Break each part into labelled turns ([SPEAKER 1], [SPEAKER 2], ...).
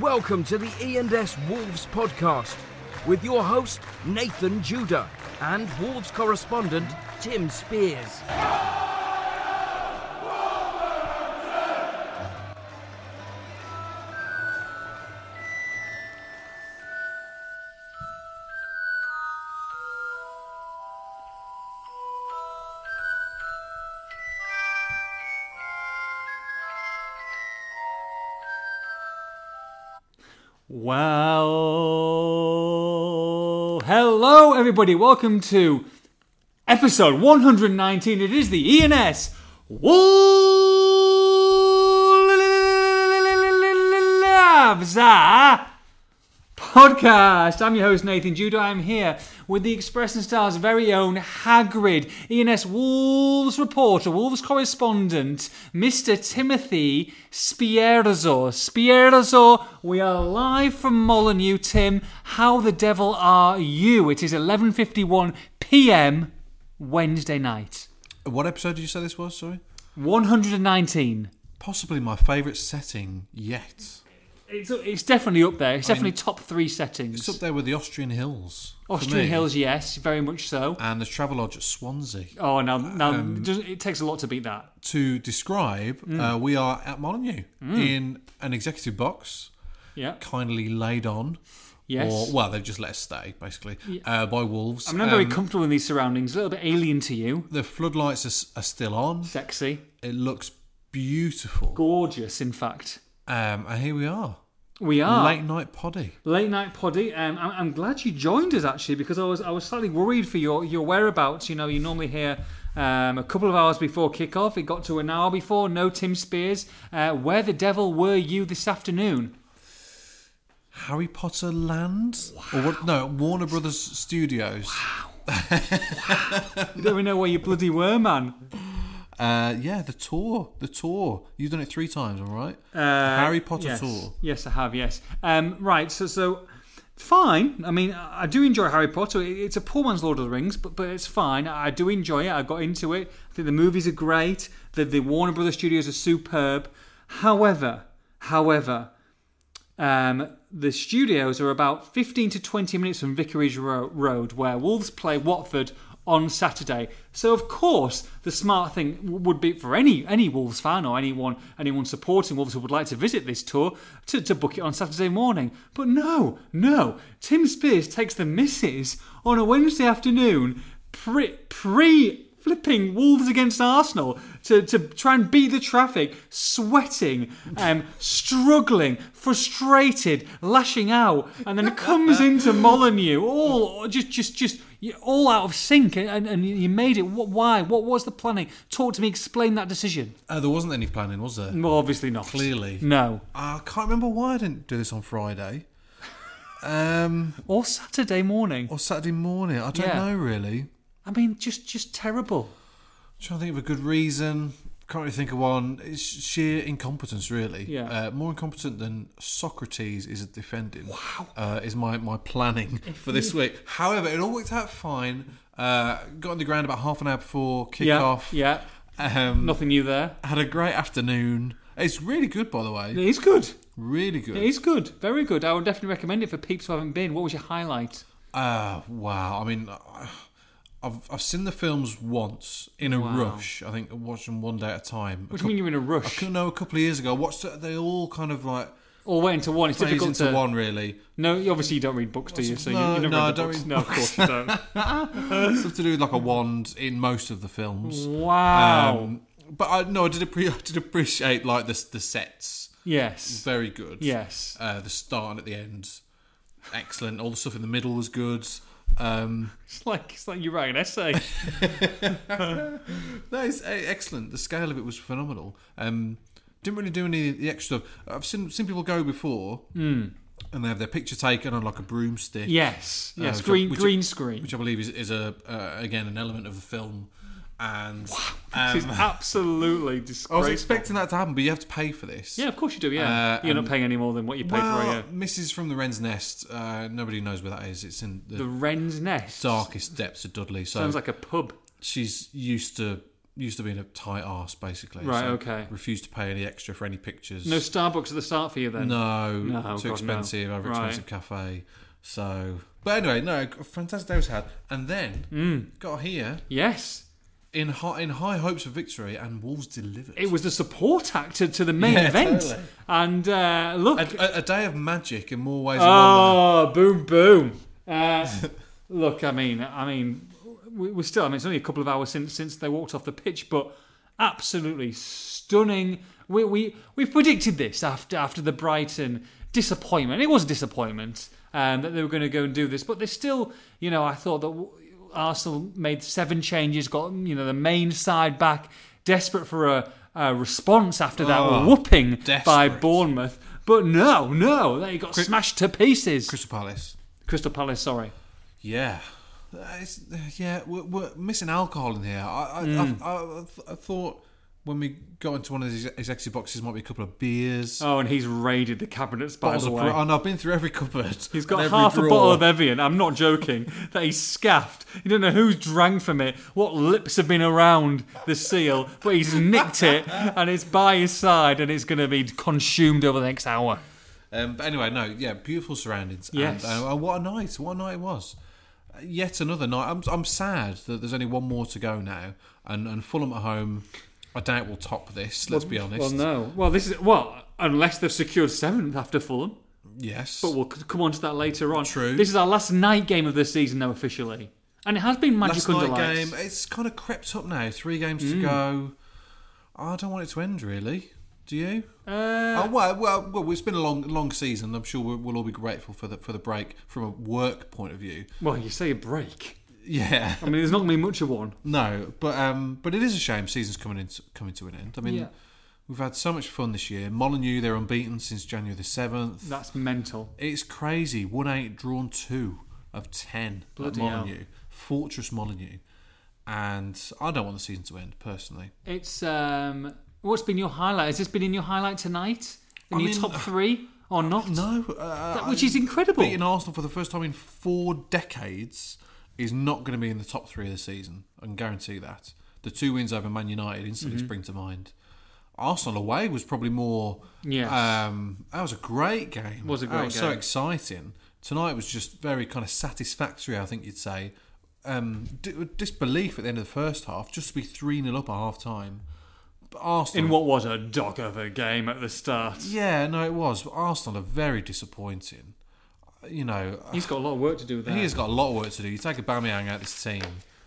[SPEAKER 1] Welcome to the E&S Wolves podcast with your host Nathan Judah and Wolves correspondent Tim Spears.
[SPEAKER 2] Well, hello everybody. Welcome to episode 119. It is the ENS Wolves ah, podcast. I'm your host Nathan Judah. I'm here with the Express and Star's very own Hagrid, ENS Wolves reporter, Wolves correspondent, Mr. Timothy Spierzo. Spierzo, we are live from Molyneux. Tim, how the devil are you? It is 11:51 p.m. Wednesday night.
[SPEAKER 3] What episode did you say this was? Sorry,
[SPEAKER 2] 119.
[SPEAKER 3] possibly my favourite setting yet.
[SPEAKER 2] It's, it's definitely up there. It's definitely top three settings.
[SPEAKER 3] It's up there with the Austrian Hills. for
[SPEAKER 2] Austrian
[SPEAKER 3] me,
[SPEAKER 2] Hills, yes, very much so.
[SPEAKER 3] and the Travelodge at Swansea.
[SPEAKER 2] Oh, now, now it doesn't- it takes a lot to beat that.
[SPEAKER 3] To describe,
[SPEAKER 2] Mm.
[SPEAKER 3] uh, we are at Molyneux in an executive box,
[SPEAKER 2] Yeah.
[SPEAKER 3] kindly laid on.
[SPEAKER 2] Yes.
[SPEAKER 3] Or, well, they've just let us stay, basically, uh, by wolves. Um,
[SPEAKER 2] I'm not very comfortable in these surroundings. A little bit alien to you.
[SPEAKER 3] the floodlights are, s- are still on.
[SPEAKER 2] Sexy.
[SPEAKER 3] It looks beautiful.
[SPEAKER 2] Gorgeous, in fact.
[SPEAKER 3] Um, and here we are.
[SPEAKER 2] We are
[SPEAKER 3] Late
[SPEAKER 2] late,
[SPEAKER 3] night poddy.
[SPEAKER 2] night poddy. Um, I'm, I'm glad you joined us actually because I was I was slightly worried for your, your whereabouts. You know, you normally hear um, a couple of hours before kickoff. It got to an hour before. No Tim Spears. Uh, where the devil were you this afternoon?
[SPEAKER 3] Harry Potter Land? Or what, no, Warner Brothers Studios.
[SPEAKER 2] You don't even know where you bloody were, man.
[SPEAKER 3] Uh, yeah, the tour, the tour. You've done it three times, all right? Uh, Harry Potter
[SPEAKER 2] yes.
[SPEAKER 3] tour.
[SPEAKER 2] Yes, I have. Yes. Um, right. So, so fine. I mean, I I do enjoy Harry Potter. It- It's a poor man's Lord of the Rings, but but it's fine. I do enjoy it. I got into it. I think the movies are great. The the Warner Brothers Studios are superb. However, however, um, the studios are about 15 to 20 minutes from Vicarage Ro- Road, where Wolves play Watford on Saturday. So, of course, the smart thing w- would be for any any Wolves fan or anyone anyone supporting Wolves who would like to visit this tour to, to book it on Saturday morning. But no, no. Tim Spears takes the misses on a Wednesday afternoon pre pre flipping Wolves against Arsenal to, to try and beat the traffic, sweating, um, struggling, frustrated, lashing out, and then comes into Molyneux all just just just you're all out of sync, and, and, and you made it. What, why? What was the planning? Talk to me. Explain that decision.
[SPEAKER 3] Uh, there wasn't any planning, was there?
[SPEAKER 2] Well, obviously not.
[SPEAKER 3] Clearly.
[SPEAKER 2] no.
[SPEAKER 3] Uh, I can't remember why I didn't do this on Friday. Um,
[SPEAKER 2] Or Saturday morning.
[SPEAKER 3] or Saturday morning. I don't
[SPEAKER 2] Yeah.
[SPEAKER 3] know, really.
[SPEAKER 2] I mean, just just terrible.
[SPEAKER 3] trying to think of a good reason. Can't really think of one. It's sheer incompetence, really.
[SPEAKER 2] Yeah.
[SPEAKER 3] Uh, more incompetent than Socrates is at defending. Wow. Uh, is my, my planning for this week. However, it all worked out fine. Uh, got on the ground about half an hour before
[SPEAKER 2] yeah.
[SPEAKER 3] kickoff.
[SPEAKER 2] Yeah.
[SPEAKER 3] Um,
[SPEAKER 2] Nothing new there.
[SPEAKER 3] had a great afternoon. It's really good, by the way.
[SPEAKER 2] It is good.
[SPEAKER 3] Really good.
[SPEAKER 2] It is good, very good. I would definitely recommend it for peeps who haven't been. What was your highlight?
[SPEAKER 3] Uh, wow. I mean, I- I've, I've seen the films once in a rush. I think I watched them one day at a time.
[SPEAKER 2] What do you mean you're in a rush?
[SPEAKER 3] you know, a couple of years ago, I watched it. They all kind of like
[SPEAKER 2] All went into one. It's
[SPEAKER 3] plays
[SPEAKER 2] difficult
[SPEAKER 3] into
[SPEAKER 2] to.
[SPEAKER 3] one, really.
[SPEAKER 2] No, obviously you don't read books, do you? So you-
[SPEAKER 3] No,
[SPEAKER 2] you never
[SPEAKER 3] no, I
[SPEAKER 2] read the
[SPEAKER 3] don't
[SPEAKER 2] books.
[SPEAKER 3] read Um,
[SPEAKER 2] no, of course you don't.
[SPEAKER 3] Stuff to do with like a wand in most of the films.
[SPEAKER 2] Wow.
[SPEAKER 3] Um, but I no, I did, appre- I did appreciate like the the sets.
[SPEAKER 2] yes.
[SPEAKER 3] Very good.
[SPEAKER 2] Yes.
[SPEAKER 3] Uh, the start and at the end, excellent. All the stuff in the middle was good. Um,
[SPEAKER 2] It's like it's like you write an essay.
[SPEAKER 3] That is uh, excellent. The scale of it was phenomenal. Um, didn't really do any of the extra stuff. I've seen seen people go before,
[SPEAKER 2] Hmm.
[SPEAKER 3] and they have their picture taken on like a broomstick.
[SPEAKER 2] yes.
[SPEAKER 3] uh,
[SPEAKER 2] Yes.
[SPEAKER 3] which I-
[SPEAKER 2] green
[SPEAKER 3] which I-
[SPEAKER 2] green screen.
[SPEAKER 3] which I believe is, is a uh, again an element of the film. And
[SPEAKER 2] This
[SPEAKER 3] um,
[SPEAKER 2] is absolutely
[SPEAKER 3] I was
[SPEAKER 2] disgraceful.
[SPEAKER 3] expecting that to happen, but you have to pay for this.
[SPEAKER 2] yeah, of course you do. Yeah,
[SPEAKER 3] Uh,
[SPEAKER 2] you're not paying any more than what you paid for. Yeah.
[SPEAKER 3] Well, Mrs. from the Wren's Nest. Uh, nobody knows where that is. It's in the,
[SPEAKER 2] The Wren's Nest
[SPEAKER 3] darkest depths of Dudley. So
[SPEAKER 2] sounds like a pub.
[SPEAKER 3] she's used to used to be in a tight arse basically.
[SPEAKER 2] Right,
[SPEAKER 3] so
[SPEAKER 2] okay.
[SPEAKER 3] Refused to pay any extra for any pictures.
[SPEAKER 2] No Starbucks at the start for you then.
[SPEAKER 3] No,
[SPEAKER 2] No, God,
[SPEAKER 3] too
[SPEAKER 2] no.
[SPEAKER 3] expensive, over
[SPEAKER 2] Right.
[SPEAKER 3] expensive cafe. So, but anyway, no, fantastic day was had, and then
[SPEAKER 2] Mm.
[SPEAKER 3] got here
[SPEAKER 2] Yes.
[SPEAKER 3] in high, in high hopes of victory, and Wolves delivered.
[SPEAKER 2] It was the support act to, to the main
[SPEAKER 3] Yeah,
[SPEAKER 2] event.
[SPEAKER 3] totally.
[SPEAKER 2] And uh, look.
[SPEAKER 3] a, a, a day of magic in more ways than one.
[SPEAKER 2] oh, boom, boom. Uh, look, I mean, I mean, we, we're still, I mean, it's only a couple of hours since since they walked off the pitch, but absolutely stunning. We, we, we predicted this after, after the Brighton disappointment. It was a disappointment um, that they were going to go and do this, but they still, you know, I thought that w- Arsenal made seven changes, got, you know, the main side back, desperate for a, a response after that
[SPEAKER 3] Oh,
[SPEAKER 2] whooping by
[SPEAKER 3] desperate.
[SPEAKER 2] Bournemouth. But no, no, they got smashed to pieces.
[SPEAKER 3] Crystal Palace.
[SPEAKER 2] Crystal Palace, sorry.
[SPEAKER 3] Yeah. Uh, It's, uh, yeah, we're, we're missing alcohol in here. I, I,
[SPEAKER 2] Mm.
[SPEAKER 3] I, I, I, thought when we got into one of these executive boxes, might be a couple of beers.
[SPEAKER 2] Oh, and he's raided the cabinets by
[SPEAKER 3] bottles
[SPEAKER 2] the
[SPEAKER 3] of
[SPEAKER 2] way.
[SPEAKER 3] Peroni. and I've been through every cupboard.
[SPEAKER 2] He's
[SPEAKER 3] and
[SPEAKER 2] got
[SPEAKER 3] every
[SPEAKER 2] half a
[SPEAKER 3] drawer.
[SPEAKER 2] bottle of Evian. I'm not joking. that he's scaffed. You don't know who's drank from it, what lips have been around the seal, but he's nicked it and it's by his side and it's going to be consumed over the next hour.
[SPEAKER 3] Um, but anyway, no, yeah, beautiful surroundings.
[SPEAKER 2] Yes.
[SPEAKER 3] And, uh, what a night! What a night it was. Uh, Yet another night. I'm, I'm sad that there's only one more to go now, and and Fulham at home. I doubt will top this. Let's be honest.
[SPEAKER 2] Well, Oh, no. Well, this is well, unless they've secured seventh after Fulham.
[SPEAKER 3] Yes.
[SPEAKER 2] But we'll c- come on to that later on.
[SPEAKER 3] True.
[SPEAKER 2] This is our last night game of the season now officially, and it has been magic
[SPEAKER 3] Last
[SPEAKER 2] under
[SPEAKER 3] night
[SPEAKER 2] lights.
[SPEAKER 3] game. It's kind of crept up now. Three games
[SPEAKER 2] Mm.
[SPEAKER 3] to go. I don't want it to end really. Do you?
[SPEAKER 2] Uh,
[SPEAKER 3] Oh, well, well, well, it's been a long, long season. I'm sure we'll, we'll all be grateful for the for the break from a work point of view.
[SPEAKER 2] well, you say a break.
[SPEAKER 3] Yeah.
[SPEAKER 2] I mean, there's not going to be much of one.
[SPEAKER 3] No, but um, but it is a shame. Season's coming in, coming to an end. I mean,
[SPEAKER 2] Yeah.
[SPEAKER 3] we've had so much fun this year. Molyneux, they're unbeaten since January the seventh.
[SPEAKER 2] That's mental.
[SPEAKER 3] It's crazy. One eight drawn two of ten
[SPEAKER 2] Bloody
[SPEAKER 3] at
[SPEAKER 2] hell.
[SPEAKER 3] Molyneux, Fortress Molyneux, and I don't want the season to end personally.
[SPEAKER 2] It's um, what's been your highlight? Has this been in your highlight tonight? In
[SPEAKER 3] I
[SPEAKER 2] your
[SPEAKER 3] mean,
[SPEAKER 2] top three or not?
[SPEAKER 3] No, uh,
[SPEAKER 2] That- which is incredible.
[SPEAKER 3] Beating Arsenal for the first time in four decades is not going to be in the top three of the season. I can guarantee that. The two wins over Man United instantly
[SPEAKER 2] Mm-hmm.
[SPEAKER 3] spring to mind. Arsenal away was probably more.
[SPEAKER 2] Yes.
[SPEAKER 3] Um, that was a great game.
[SPEAKER 2] Was a
[SPEAKER 3] that
[SPEAKER 2] great
[SPEAKER 3] was so
[SPEAKER 2] game.
[SPEAKER 3] exciting. Tonight was just very kind of satisfactory. I think you'd say. Um, d- disbelief at the end of the first half, just to be three 0 up at half time. But Arsenal
[SPEAKER 2] In what was a dog of a game at the start.
[SPEAKER 3] yeah, no, it was. But Arsenal are very disappointing. You know, um,
[SPEAKER 2] He's got a lot of work to do there.
[SPEAKER 3] he has got a lot of work to do. You take a Bamiyang out of this team.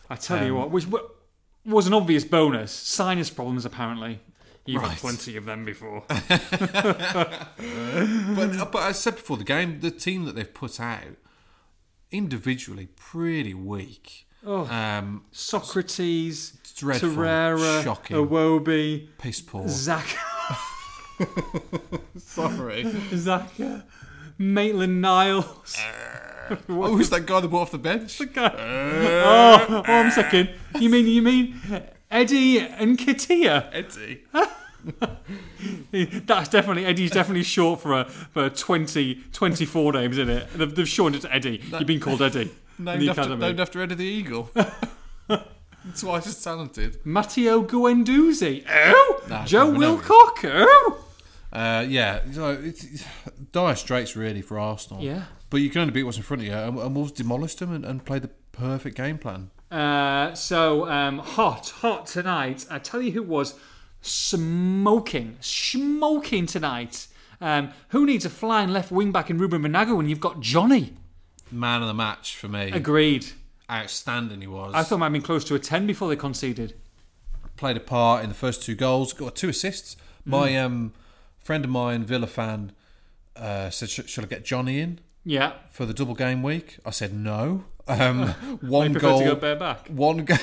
[SPEAKER 2] I tell you what, which w- was an obvious bonus. Sinus problems, apparently. You've had
[SPEAKER 3] Right.
[SPEAKER 2] plenty of them before.
[SPEAKER 3] But, but I said before the game, the team that they've put out individually pretty weak. Um,
[SPEAKER 2] Socrates,
[SPEAKER 3] dreadful,
[SPEAKER 2] Torreira,
[SPEAKER 3] shocking.
[SPEAKER 2] Awobi,
[SPEAKER 3] piss poor.
[SPEAKER 2] Zaka,
[SPEAKER 3] Sorry.
[SPEAKER 2] Zaka, Maitland Niles.
[SPEAKER 3] oh, who's that guy that brought off the bench? Uh,
[SPEAKER 2] oh, one second. You mean you mean Eddie and Katia?
[SPEAKER 3] Eddie.
[SPEAKER 2] That's definitely Eddie's definitely short for a for a 20, 24 names, isn't it? They've, they've shortened it to Eddie. You've been called Eddie. in
[SPEAKER 3] Named
[SPEAKER 2] the
[SPEAKER 3] after,
[SPEAKER 2] academy.
[SPEAKER 3] named after Eddie the Eagle. Twice as talented.
[SPEAKER 2] Matteo Guendouzi. Oh,
[SPEAKER 3] No,
[SPEAKER 2] Joe
[SPEAKER 3] no, no.
[SPEAKER 2] Wilcock. Oh,
[SPEAKER 3] Uh, yeah, so it's, dire straits really for Arsenal.
[SPEAKER 2] Yeah.
[SPEAKER 3] but you can only beat what's in front of you, and, and Wolves demolished them and, and played the perfect game plan.
[SPEAKER 2] Uh, so um, hot, hot tonight. I tell you who was smoking, smoking tonight. Um, who needs a flying left wing back in Ruben Manago when you've got Johnny?
[SPEAKER 3] Man of the match for me,
[SPEAKER 2] Agreed.
[SPEAKER 3] outstanding he was.
[SPEAKER 2] I thought might have been close to a ten before they conceded.
[SPEAKER 3] played a part in the first two goals, got two assists.
[SPEAKER 2] Mm.
[SPEAKER 3] My um, friend of mine, Villa fan, uh, said, "Sh- "Should I get Johnny in
[SPEAKER 2] Yeah,
[SPEAKER 3] for the double game week?" I said, "No." Um, one
[SPEAKER 2] prefer
[SPEAKER 3] goal,
[SPEAKER 2] to go bareback.
[SPEAKER 3] one goal.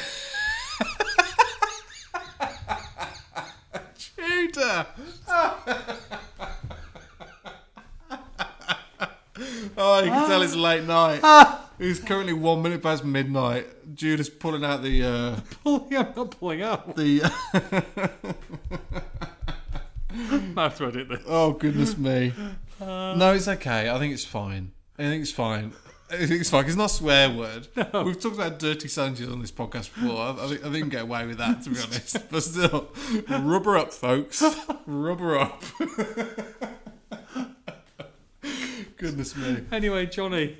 [SPEAKER 3] Tudor. oh, you can tell it's a late night. It's currently one minute past midnight. Judas pulling out the uh,
[SPEAKER 2] Pulling up, not pulling up.
[SPEAKER 3] the.
[SPEAKER 2] That's what I did. This.
[SPEAKER 3] Oh goodness me! No, it's okay. I think it's fine. I think it's fine. It's like it's not a swear word. We've talked about dirty sandwiches on this podcast before. I, I, think, I think get away with that to be honest. But still, rubber up, folks. Rubber up. Goodness me.
[SPEAKER 2] Anyway, Johnny.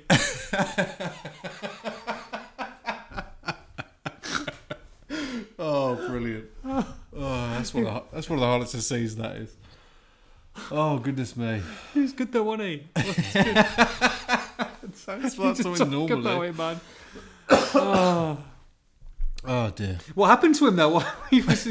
[SPEAKER 3] Oh, brilliant! Oh, that's one of the, that's one of the highlights of the season. That is. Oh goodness me!
[SPEAKER 2] He's good though, wasn't he?
[SPEAKER 3] That's what
[SPEAKER 2] Talk about it, man.
[SPEAKER 3] Oh dear.
[SPEAKER 2] What happened to him though? he was,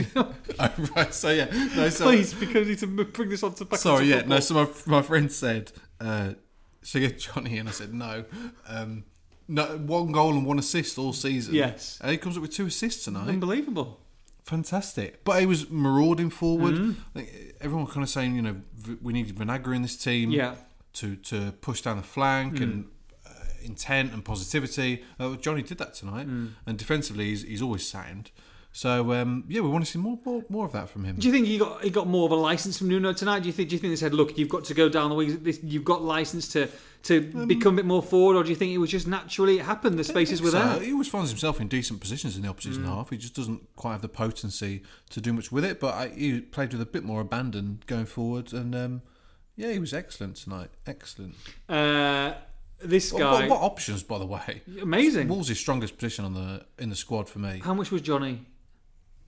[SPEAKER 3] right, so yeah, no, so,
[SPEAKER 2] please, because we need to m- bring this on to back.
[SPEAKER 3] Sorry,
[SPEAKER 2] onto football.
[SPEAKER 3] yeah, no. So my my friend said, uh, "Should I get Johnny?" And I said, "No." Um, no, one goal and one assist all season.
[SPEAKER 2] Yes.
[SPEAKER 3] and he comes up with two assists tonight.
[SPEAKER 2] Unbelievable.
[SPEAKER 3] Fantastic. But he was marauding forward.
[SPEAKER 2] Mm-hmm.
[SPEAKER 3] I think everyone kind of saying, you know, v- we needed Vinagre in this team
[SPEAKER 2] Yeah. Mm.
[SPEAKER 3] to, to push down the flank and uh, intent and positivity. Uh, Johnny did that tonight.
[SPEAKER 2] Mm.
[SPEAKER 3] And defensively, he's, he's always sound. So, um, yeah, we want to see more, more more of that from him.
[SPEAKER 2] Do you think he got he got more of a license from Nuno tonight? Do you think do you think they said, look, you've got to go down the wings, this, you've got license to to become a bit more forward, or do you think it was just naturally it happened? The spaces were
[SPEAKER 3] So,
[SPEAKER 2] there.
[SPEAKER 3] he always finds himself in decent positions in the opposition
[SPEAKER 2] Mm.
[SPEAKER 3] half. He just doesn't quite have the potency to do much with it, but I, he played with a bit more abandon going forward. And um, yeah, he was excellent tonight. Excellent.
[SPEAKER 2] Uh, this
[SPEAKER 3] What, what,
[SPEAKER 2] guy,
[SPEAKER 3] what options, by the way?
[SPEAKER 2] amazing.
[SPEAKER 3] Wolves' strongest position on the in the squad for me.
[SPEAKER 2] How much was Johnny?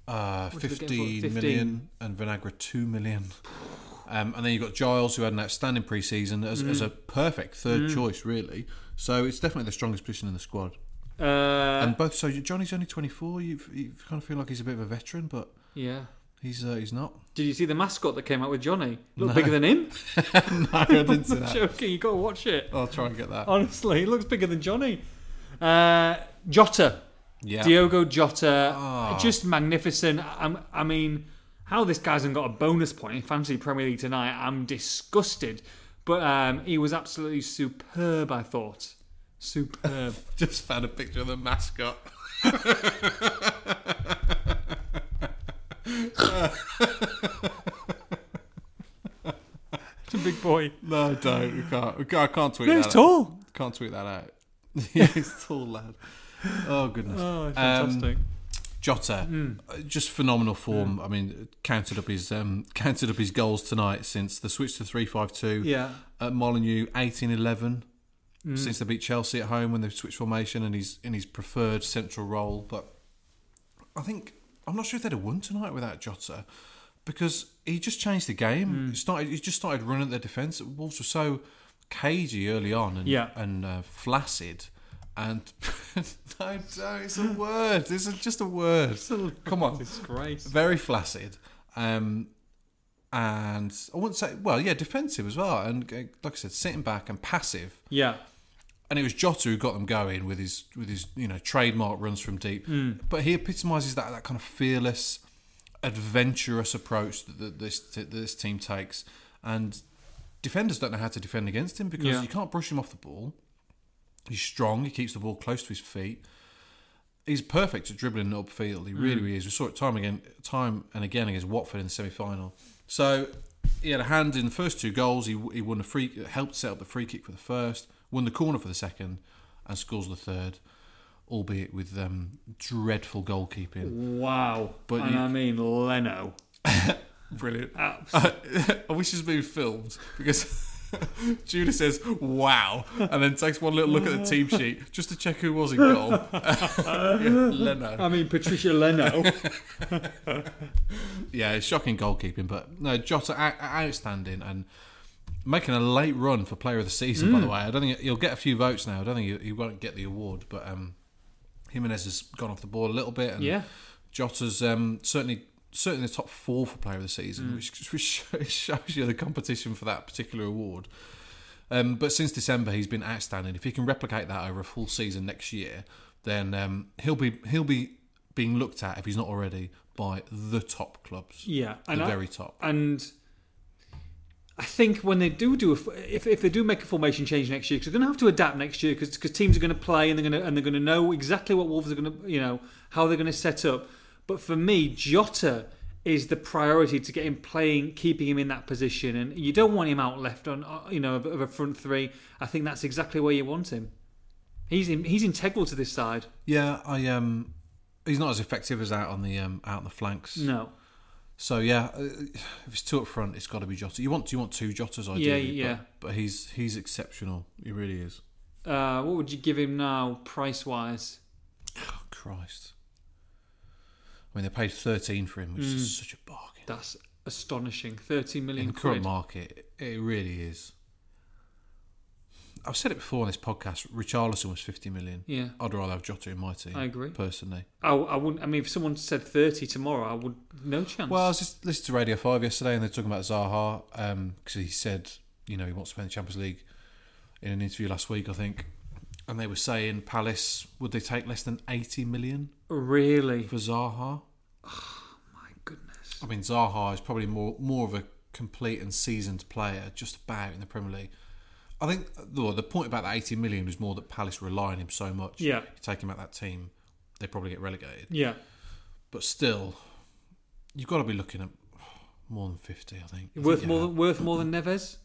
[SPEAKER 3] Uh,
[SPEAKER 2] did we get for-
[SPEAKER 3] 15 million
[SPEAKER 2] 15?
[SPEAKER 3] and Vinagre 2 million. Um, and then you've got Giles, who had an outstanding pre season as, as
[SPEAKER 2] Mm.
[SPEAKER 3] a perfect third choice, really. So it's definitely the strongest position in the squad.
[SPEAKER 2] Uh,
[SPEAKER 3] And both, so Johnny's only 24. You've, you kind of feel like he's a bit of a veteran, but
[SPEAKER 2] yeah.
[SPEAKER 3] he's uh, he's not.
[SPEAKER 2] Did you see the mascot that came out with Johnny? Look bigger than him.
[SPEAKER 3] no, I didn't see that.
[SPEAKER 2] Joking, you got to watch it.
[SPEAKER 3] I'll try and get that.
[SPEAKER 2] Honestly, he looks bigger than Johnny. Uh, Jota,
[SPEAKER 3] Yeah. Oh.
[SPEAKER 2] Diogo Jota, just magnificent. I, I mean, how this guy hasn't got a bonus point in fantasy Premier League tonight? I'm disgusted. But um, he was absolutely superb. I thought superb.
[SPEAKER 3] Just found a picture of the mascot.
[SPEAKER 2] It's a big boy.
[SPEAKER 3] No, don't. We can't. We can't I can't tweet that.
[SPEAKER 2] He's
[SPEAKER 3] out.
[SPEAKER 2] tall.
[SPEAKER 3] Can't tweet that out. yeah, he's tall lad. Oh goodness.
[SPEAKER 2] Oh, it's
[SPEAKER 3] Um,
[SPEAKER 2] fantastic.
[SPEAKER 3] Jota, uh, just phenomenal form.
[SPEAKER 2] Mm.
[SPEAKER 3] I mean, counted up his um, counted up his goals tonight since the switch to three five two
[SPEAKER 2] yeah. Mm.
[SPEAKER 3] at Molineux eighteen eleven. Since they beat Chelsea at home when they switched formation and he's in his preferred central role, but I think I'm not sure if they'd have won tonight without Jota because he just changed the
[SPEAKER 2] Mm.
[SPEAKER 3] game. He started he just started running at their defence. Wolves were so cagey early on and
[SPEAKER 2] Yeah.
[SPEAKER 3] and uh, flaccid. And no, no, it's a word. It's a, just a word. Come on,
[SPEAKER 2] Disgrace.
[SPEAKER 3] very flaccid. Um, and I wouldn't say, well, yeah, defensive as well. And uh, like I said, sitting back and passive.
[SPEAKER 2] Yeah.
[SPEAKER 3] And it was Jota who got them going with his with his you know trademark runs from deep. But he epitomises that that kind of fearless, adventurous approach that, that this that this team takes. And defenders don't know how to defend against him because
[SPEAKER 2] Yeah.
[SPEAKER 3] you can't brush him off the ball. He's strong. He keeps the ball close to his feet. He's perfect at dribbling upfield. He really, really is. We saw it time again, time and again against Watford in the semi-final. So he had a hand in the first two goals. He, he won the free, helped set up the free kick for the first, won the corner for the second, and scores the third, albeit with um, dreadful goalkeeping.
[SPEAKER 2] Wow.
[SPEAKER 3] But
[SPEAKER 2] and
[SPEAKER 3] you-
[SPEAKER 2] I mean Leno.
[SPEAKER 3] Brilliant.
[SPEAKER 2] Abs-
[SPEAKER 3] I wish this was being filmed because Judah says, wow, and then takes one little look at the team sheet just to check who was in goal. Yeah, Leno.
[SPEAKER 2] I mean Patricia Leno.
[SPEAKER 3] Yeah, it's shocking goalkeeping, but no, Jota, out- outstanding and making a late run for player of the season, by the way. I don't think he'll get a few votes now. I don't think he, he won't get the award, but um, Jimenez has gone off the ball a little bit. And
[SPEAKER 2] Yeah.
[SPEAKER 3] Jota's um, certainly certainly in the top four for player of the season, which, which shows you the competition for that particular award. Um, but since December, he's been outstanding. If he can replicate that over a full season next year, then um, he'll be he'll be being looked at if he's not already by the top clubs,
[SPEAKER 2] yeah.
[SPEAKER 3] the
[SPEAKER 2] And I-
[SPEAKER 3] very top.
[SPEAKER 2] and I think when they do do a, f- if if they do make a formation change next year, because they're going to have to adapt next year, because teams are going to play and they're going to and they're going to know exactly what Wolves are going to you know how they're going to set up. But for me, Jota is the priority to get him playing, keeping him in that position, and you don't want him out left on uh, you know of, of a front three. I think that's exactly where you want him. He's in, he's integral to this side.
[SPEAKER 3] Yeah, I um, he's not as effective as out on the um, out on the flanks.
[SPEAKER 2] No.
[SPEAKER 3] So yeah, uh, if it's two up front, it's got to be Jota. You want you want two Jotas ideally.
[SPEAKER 2] yeah.
[SPEAKER 3] But, but he's he's exceptional. He really is.
[SPEAKER 2] Uh, what would you give him now, price wise?
[SPEAKER 3] Oh, Christ. I mean, they paid thirteen for him, which is such a bargain.
[SPEAKER 2] Mm. That's astonishing. Thirty
[SPEAKER 3] In
[SPEAKER 2] million
[SPEAKER 3] the current
[SPEAKER 2] quid.
[SPEAKER 3] market, it really is. I've said it before on this podcast. Richarlison was fifty million.
[SPEAKER 2] Yeah.
[SPEAKER 3] I'd rather have Jota in my team.
[SPEAKER 2] I agree.
[SPEAKER 3] personally.
[SPEAKER 2] I, I wouldn't. I mean, if someone said thirty tomorrow, I would no chance.
[SPEAKER 3] Well, I was just listening to Radio Five yesterday, and they're talking about Zaha because he said, you know, he wants to play in the Champions League. In an interview last week, I think, and they were saying Palace would they take less than eighty million
[SPEAKER 2] really?
[SPEAKER 3] for Zaha?
[SPEAKER 2] My goodness.
[SPEAKER 3] I mean, Zaha is probably more more of a complete and seasoned player, just about in the Premier League. I think the, the point about that eighty million was more that Palace rely on him so much.
[SPEAKER 2] Yeah.
[SPEAKER 3] you take him out that team, they probably get relegated.
[SPEAKER 2] Yeah.
[SPEAKER 3] But still, you've got to be looking at more than fifty. I think I
[SPEAKER 2] Worth
[SPEAKER 3] think,
[SPEAKER 2] more
[SPEAKER 3] yeah.
[SPEAKER 2] than worth more than Neves.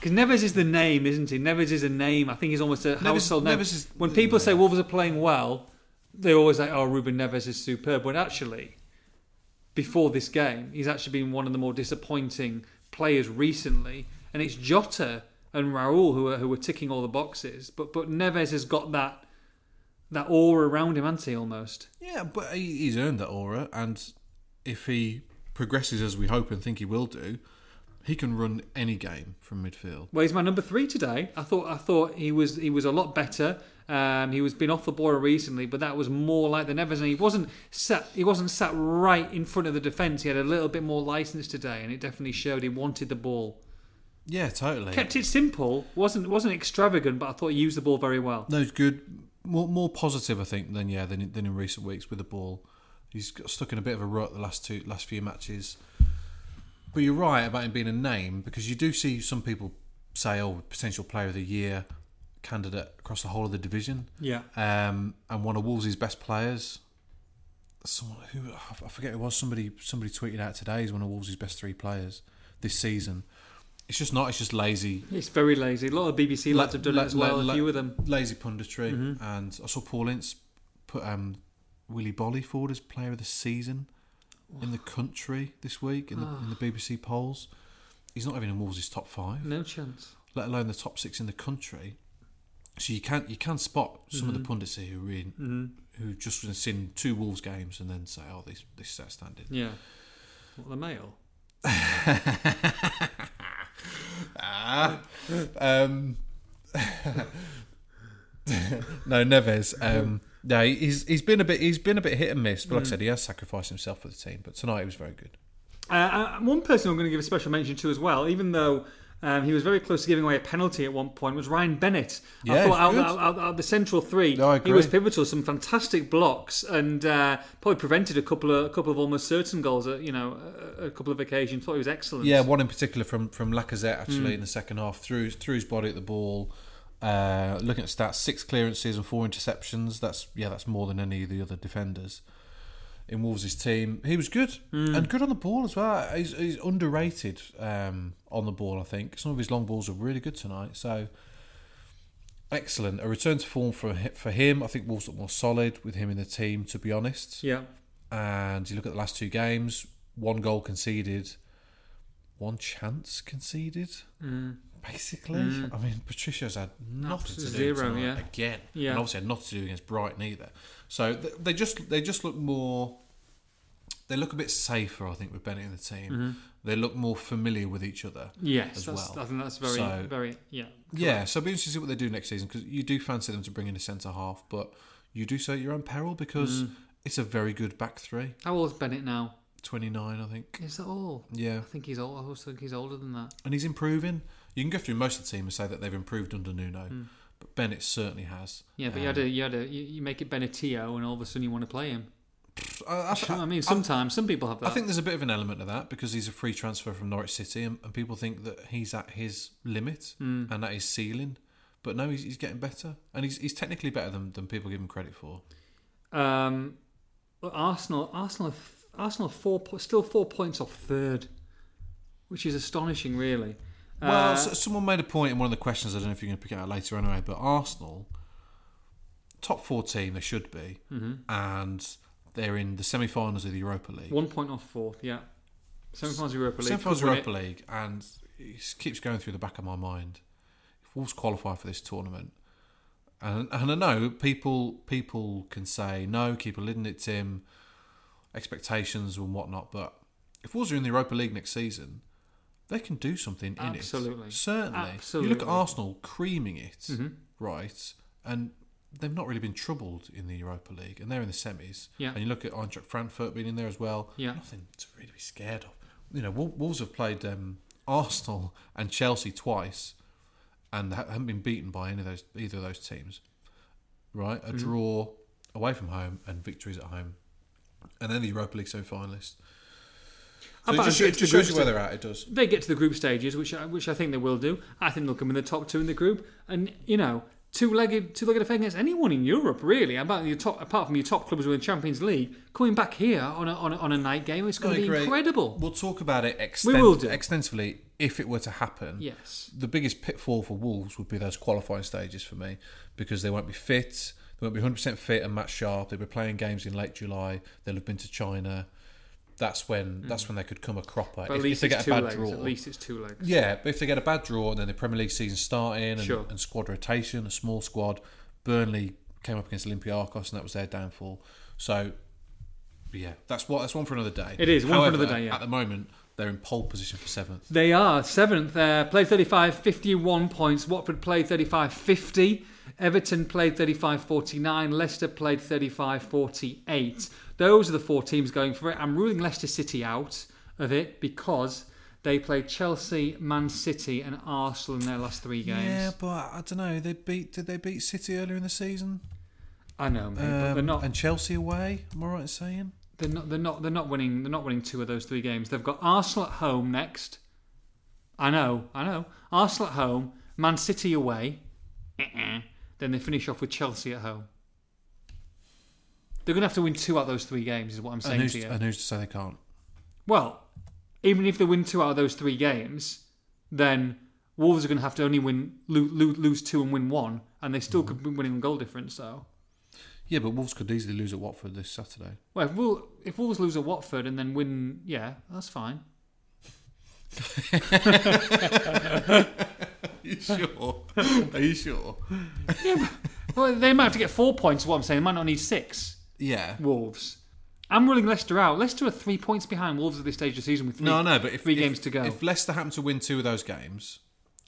[SPEAKER 2] Because Neves is the name, isn't he? Neves is a name. I think he's almost a household name.
[SPEAKER 3] Neves is-
[SPEAKER 2] when people say Wolves are playing well, they always say, "Oh, Ruben Neves is superb." When actually, before this game, he's actually been one of the more disappointing players recently. And it's Jota and Raul who are who are ticking all the boxes, but but Neves has got that that aura around him, hasn't he? Almost.
[SPEAKER 3] Yeah, but he, he's earned that aura, and if he progresses as we hope and think he will do, he can run any game from midfield.
[SPEAKER 2] Well, he's my number three today. I thought I thought he was he was a lot better. Um, he was been off the ball recently, but that was more like than ever. And he wasn't sat he wasn't sat right in front of the defence. He had a little bit more license today, and it definitely showed he wanted the ball.
[SPEAKER 3] Yeah, totally.
[SPEAKER 2] Kept it simple, wasn't wasn't extravagant, but I thought he used the ball very well.
[SPEAKER 3] No, he's good. More, more positive, I think, than yeah, than, than in recent weeks with the ball. He's got stuck in a bit of a rut the last two last few matches. But you're right about him being a name because you do see some people say, "Oh, potential player of the year candidate across the whole of the division."
[SPEAKER 2] Yeah,
[SPEAKER 3] um, and one of Wolves' best players. Someone who I forget who it was. Somebody somebody tweeted out today is one of Wolves' best three players this season. It's just not. It's just lazy.
[SPEAKER 2] it's very lazy. A lot of BBC lads have done
[SPEAKER 3] la-
[SPEAKER 2] it as well.
[SPEAKER 3] la-
[SPEAKER 2] a few of them. Mm-hmm.
[SPEAKER 3] Lazy punditry. And I saw Paul Ince put um, Willie Bolly forward as player of the season in the country this week in the, in the
[SPEAKER 2] Ah.
[SPEAKER 3] BBC polls. He's not even in Wolves' top five
[SPEAKER 2] No chance.
[SPEAKER 3] let alone the top six in the country. So you can you can spot some of the pundits here who really, who just have seen two Wolves games and then say, "Oh, this this is outstanding."
[SPEAKER 2] Yeah, what, the male.
[SPEAKER 3] Um, no, Neves. Um, no, he's he's been a bit he's been a bit hit and miss, but like I said, he has sacrificed himself for the team. But tonight he was very good.
[SPEAKER 2] Uh, and one person I'm going to give a special mention to as well, even though um, he was very close to giving away a penalty at one point, was Ryan Bennett.
[SPEAKER 3] Yeah,
[SPEAKER 2] I thought out,
[SPEAKER 3] good.
[SPEAKER 2] out, out, out the central three,
[SPEAKER 3] No, I
[SPEAKER 2] he was
[SPEAKER 3] agree.
[SPEAKER 2] pivotal. Some fantastic blocks and uh, probably prevented a couple of a couple of almost certain goals. At, you know, a, a couple of occasions. Thought he was excellent.
[SPEAKER 3] Yeah, one in particular from from Lacazette actually in the second half threw his- threw his body at the ball. Uh, looking at stats, six clearances and four interceptions. That's yeah, that's more than any of the other defenders in Wolves' team. He was good and good on the ball as well. He's, he's underrated um, on the ball. I think some of his long balls are really good tonight. So excellent, a return to form for hi- for him. I think Wolves look more solid with him in the team. To be honest,
[SPEAKER 2] yeah.
[SPEAKER 3] and you look at the last two games, one goal conceded, one chance conceded.
[SPEAKER 2] Mm.
[SPEAKER 3] Basically, I mean, Patricia's had nothing to do
[SPEAKER 2] Zero,
[SPEAKER 3] tonight
[SPEAKER 2] yeah.
[SPEAKER 3] again,
[SPEAKER 2] Yeah.
[SPEAKER 3] and obviously had nothing to do against Brighton either. So th- they just they just look more. They look a bit safer, I think, with Bennett in the team.
[SPEAKER 2] Mm-hmm.
[SPEAKER 3] They look more familiar with each other.
[SPEAKER 2] Yes,
[SPEAKER 3] as
[SPEAKER 2] that's,
[SPEAKER 3] well.
[SPEAKER 2] I think that's very,
[SPEAKER 3] So-
[SPEAKER 2] very, yeah.
[SPEAKER 3] Yeah, so it'll be interesting to see what they do next season because you do fancy them to bring in a centre half, but you do so at your own peril because
[SPEAKER 2] Mm.
[SPEAKER 3] it's a very good back three.
[SPEAKER 2] How old is Bennett now?
[SPEAKER 3] 29, I think.
[SPEAKER 2] Is that all?
[SPEAKER 3] Yeah.
[SPEAKER 2] I think he's old. I also think he's older than that.
[SPEAKER 3] and he's improving. You can go through most of the team and say that they've improved under Nuno, but Bennett certainly has.
[SPEAKER 2] Hmm. Yeah, but you had
[SPEAKER 3] Um,
[SPEAKER 2] a, you had a, you, you make it Bennettio, and all of a sudden you want to play him.
[SPEAKER 3] I, I-
[SPEAKER 2] Do you know what I mean, sometimes some people have that.
[SPEAKER 3] I think there's a bit of an element of that because he's a free transfer from Norwich City, and, and people think that he's at his limit
[SPEAKER 2] Hmm.
[SPEAKER 3] and at his ceiling. But no, he's, he's getting better, and he's, he's technically better than, than people give him credit for.
[SPEAKER 2] Um, well, Arsenal, Arsenal, Arsenal, are four po- still four points off third, which is astonishing, really. Uh,
[SPEAKER 3] Well, so, someone made a point in one of the questions. I don't know if you're going to pick it out later anyway, but Arsenal, top four team, they should be,
[SPEAKER 2] Mm-hmm.
[SPEAKER 3] and they're in the semi-finals of the Europa League.
[SPEAKER 2] One point off fourth, yeah. Semi-finals Europa League.
[SPEAKER 3] Semi-finals
[SPEAKER 2] could win
[SPEAKER 3] Europa League, and it just keeps going through the back of my mind. If Wolves qualify for this tournament, and and I know people people can say no, keep a lid on it, Tim, expectations and whatnot, but if Wolves are in the Europa League next season, they can do something in
[SPEAKER 2] Absolutely.
[SPEAKER 3] it. Certainly, you look
[SPEAKER 2] Absolutely. Mm-hmm.
[SPEAKER 3] at Arsenal creaming it, right, and. They've not really been troubled in the Europa League, and they're in the semis.
[SPEAKER 2] Yeah.
[SPEAKER 3] And you look at Eintracht Frankfurt being in there as well.
[SPEAKER 2] Yeah.
[SPEAKER 3] Nothing to really be scared of. You know, Wol- Wolves have played um, Arsenal and Chelsea twice, and ha- haven't been beaten by any of those either of those teams. Right,
[SPEAKER 2] Mm-hmm.
[SPEAKER 3] a draw away from home and victories at home, and then the Europa League semi-finalists. So
[SPEAKER 2] I
[SPEAKER 3] it
[SPEAKER 2] bet
[SPEAKER 3] just,
[SPEAKER 2] it's-
[SPEAKER 3] it just
[SPEAKER 2] it's
[SPEAKER 3] shows you
[SPEAKER 2] just-
[SPEAKER 3] where they're at. It does.
[SPEAKER 2] they get to the group stages, which I, which I think they will do. I think they'll come in the top two in the group, and you know, two-legged two-legged affair against anyone in Europe, really. About your top, apart from your top clubs who are in the Champions League, coming back here on a, on a, on a night game, it's going
[SPEAKER 3] I
[SPEAKER 2] to be
[SPEAKER 3] agree.
[SPEAKER 2] incredible.
[SPEAKER 3] We'll talk about it
[SPEAKER 2] We
[SPEAKER 3] exten-
[SPEAKER 2] will do.
[SPEAKER 3] extensively if it were to happen.
[SPEAKER 2] Yes,
[SPEAKER 3] the biggest pitfall for Wolves would be those qualifying stages for me because they won't be fit. They won't be 100% fit and match sharp. They'll be playing games in late July. They'll have been to China. That's when that's when they could come a cropper
[SPEAKER 2] Hmm. but at
[SPEAKER 3] if, if
[SPEAKER 2] least
[SPEAKER 3] they
[SPEAKER 2] it's
[SPEAKER 3] get a
[SPEAKER 2] two
[SPEAKER 3] bad
[SPEAKER 2] legs.
[SPEAKER 3] draw.
[SPEAKER 2] At least it's two legs.
[SPEAKER 3] Yeah, but if they get a bad draw and then the Premier League season starting and,
[SPEAKER 2] Sure.
[SPEAKER 3] and squad rotation, a small squad, Burnley came up against Olympiacos and that was their downfall. So, yeah, that's what that's one for another day.
[SPEAKER 2] It is, one for another
[SPEAKER 3] However,
[SPEAKER 2] day, yeah.
[SPEAKER 3] At the moment, they're in pole position for seventh.
[SPEAKER 2] They are seventh. Uh, played 35, 51 points. Watford played 35, 50. Everton played 35, 49. Leicester played 35, 48. Those are the four teams going for it. I'm ruling Leicester City out of it because they played Chelsea, Man City, and Arsenal in their last three games.
[SPEAKER 3] Yeah, but I don't know. They beat. Did they beat City earlier in the season?
[SPEAKER 2] I know, mate, but they're
[SPEAKER 3] Um,
[SPEAKER 2] not.
[SPEAKER 3] And Chelsea away. Am I right in saying?
[SPEAKER 2] They're not. They're not. They're not winning. They're not winning two of those three games. They've got Arsenal at home next. I know. I know. Arsenal at home. Man City away. Eh-eh. Then they finish off with Chelsea at home. They're going to have to win two out of those three games, is what I'm
[SPEAKER 3] And
[SPEAKER 2] saying
[SPEAKER 3] who's,
[SPEAKER 2] to you.
[SPEAKER 3] and who's to say they can't?
[SPEAKER 2] Well, even if they win two out of those three games, then Wolves are going to have to only win lose, lose two and win one, and they still could be winning on goal difference. So,
[SPEAKER 3] Yeah, but Wolves could easily lose at Watford this Saturday.
[SPEAKER 2] well, if, Wol- if Wolves lose at Watford and then win, yeah, that's fine.
[SPEAKER 3] Are you sure? Are you sure?
[SPEAKER 2] Well, they might have to get four points. Is what I'm saying, they might not need six.
[SPEAKER 3] Yeah.
[SPEAKER 2] Wolves. I'm ruling Leicester out. Leicester are three points behind Wolves at this stage of the season with three,
[SPEAKER 3] No, no. But if
[SPEAKER 2] three
[SPEAKER 3] if-
[SPEAKER 2] games to go.
[SPEAKER 3] if Leicester happen to win two of those games,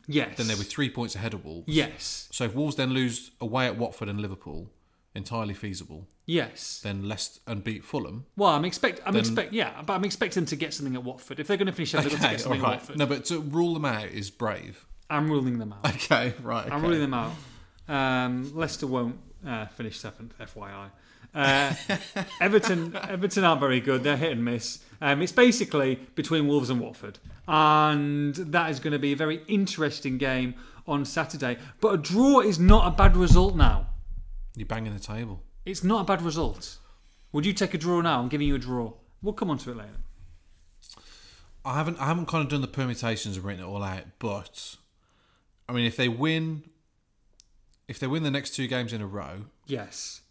[SPEAKER 2] yes,
[SPEAKER 3] then they'll be three points ahead of Wolves.
[SPEAKER 2] yes,
[SPEAKER 3] So if Wolves then lose away at Watford and Liverpool, entirely feasible.
[SPEAKER 2] yes.
[SPEAKER 3] Then Leicester and beat Fulham.
[SPEAKER 2] Well, I'm expect, I'm expect, yeah, but I'm expecting to get something at Watford if they're going to finish. up, They're going to get something at Watford.
[SPEAKER 3] No, but to rule them out is brave.
[SPEAKER 2] I'm ruling them out.
[SPEAKER 3] Okay, right.
[SPEAKER 2] I'm ruling them out. Um, Leicester won't uh, finish seventh, FYI. Uh, Everton, Everton aren't very good. They're hit and miss. Um, it's basically between Wolves and Watford, and that is going to be a very interesting game on Saturday. But a draw is not a bad result now.
[SPEAKER 3] You're banging the table.
[SPEAKER 2] It's not a bad result. Would you take a draw now? I'm giving you a draw. We'll come on to it later.
[SPEAKER 3] I haven't I haven't kind of done the permutations and written it all out, but I mean if they win if they win the next two games in a row,
[SPEAKER 2] Yes.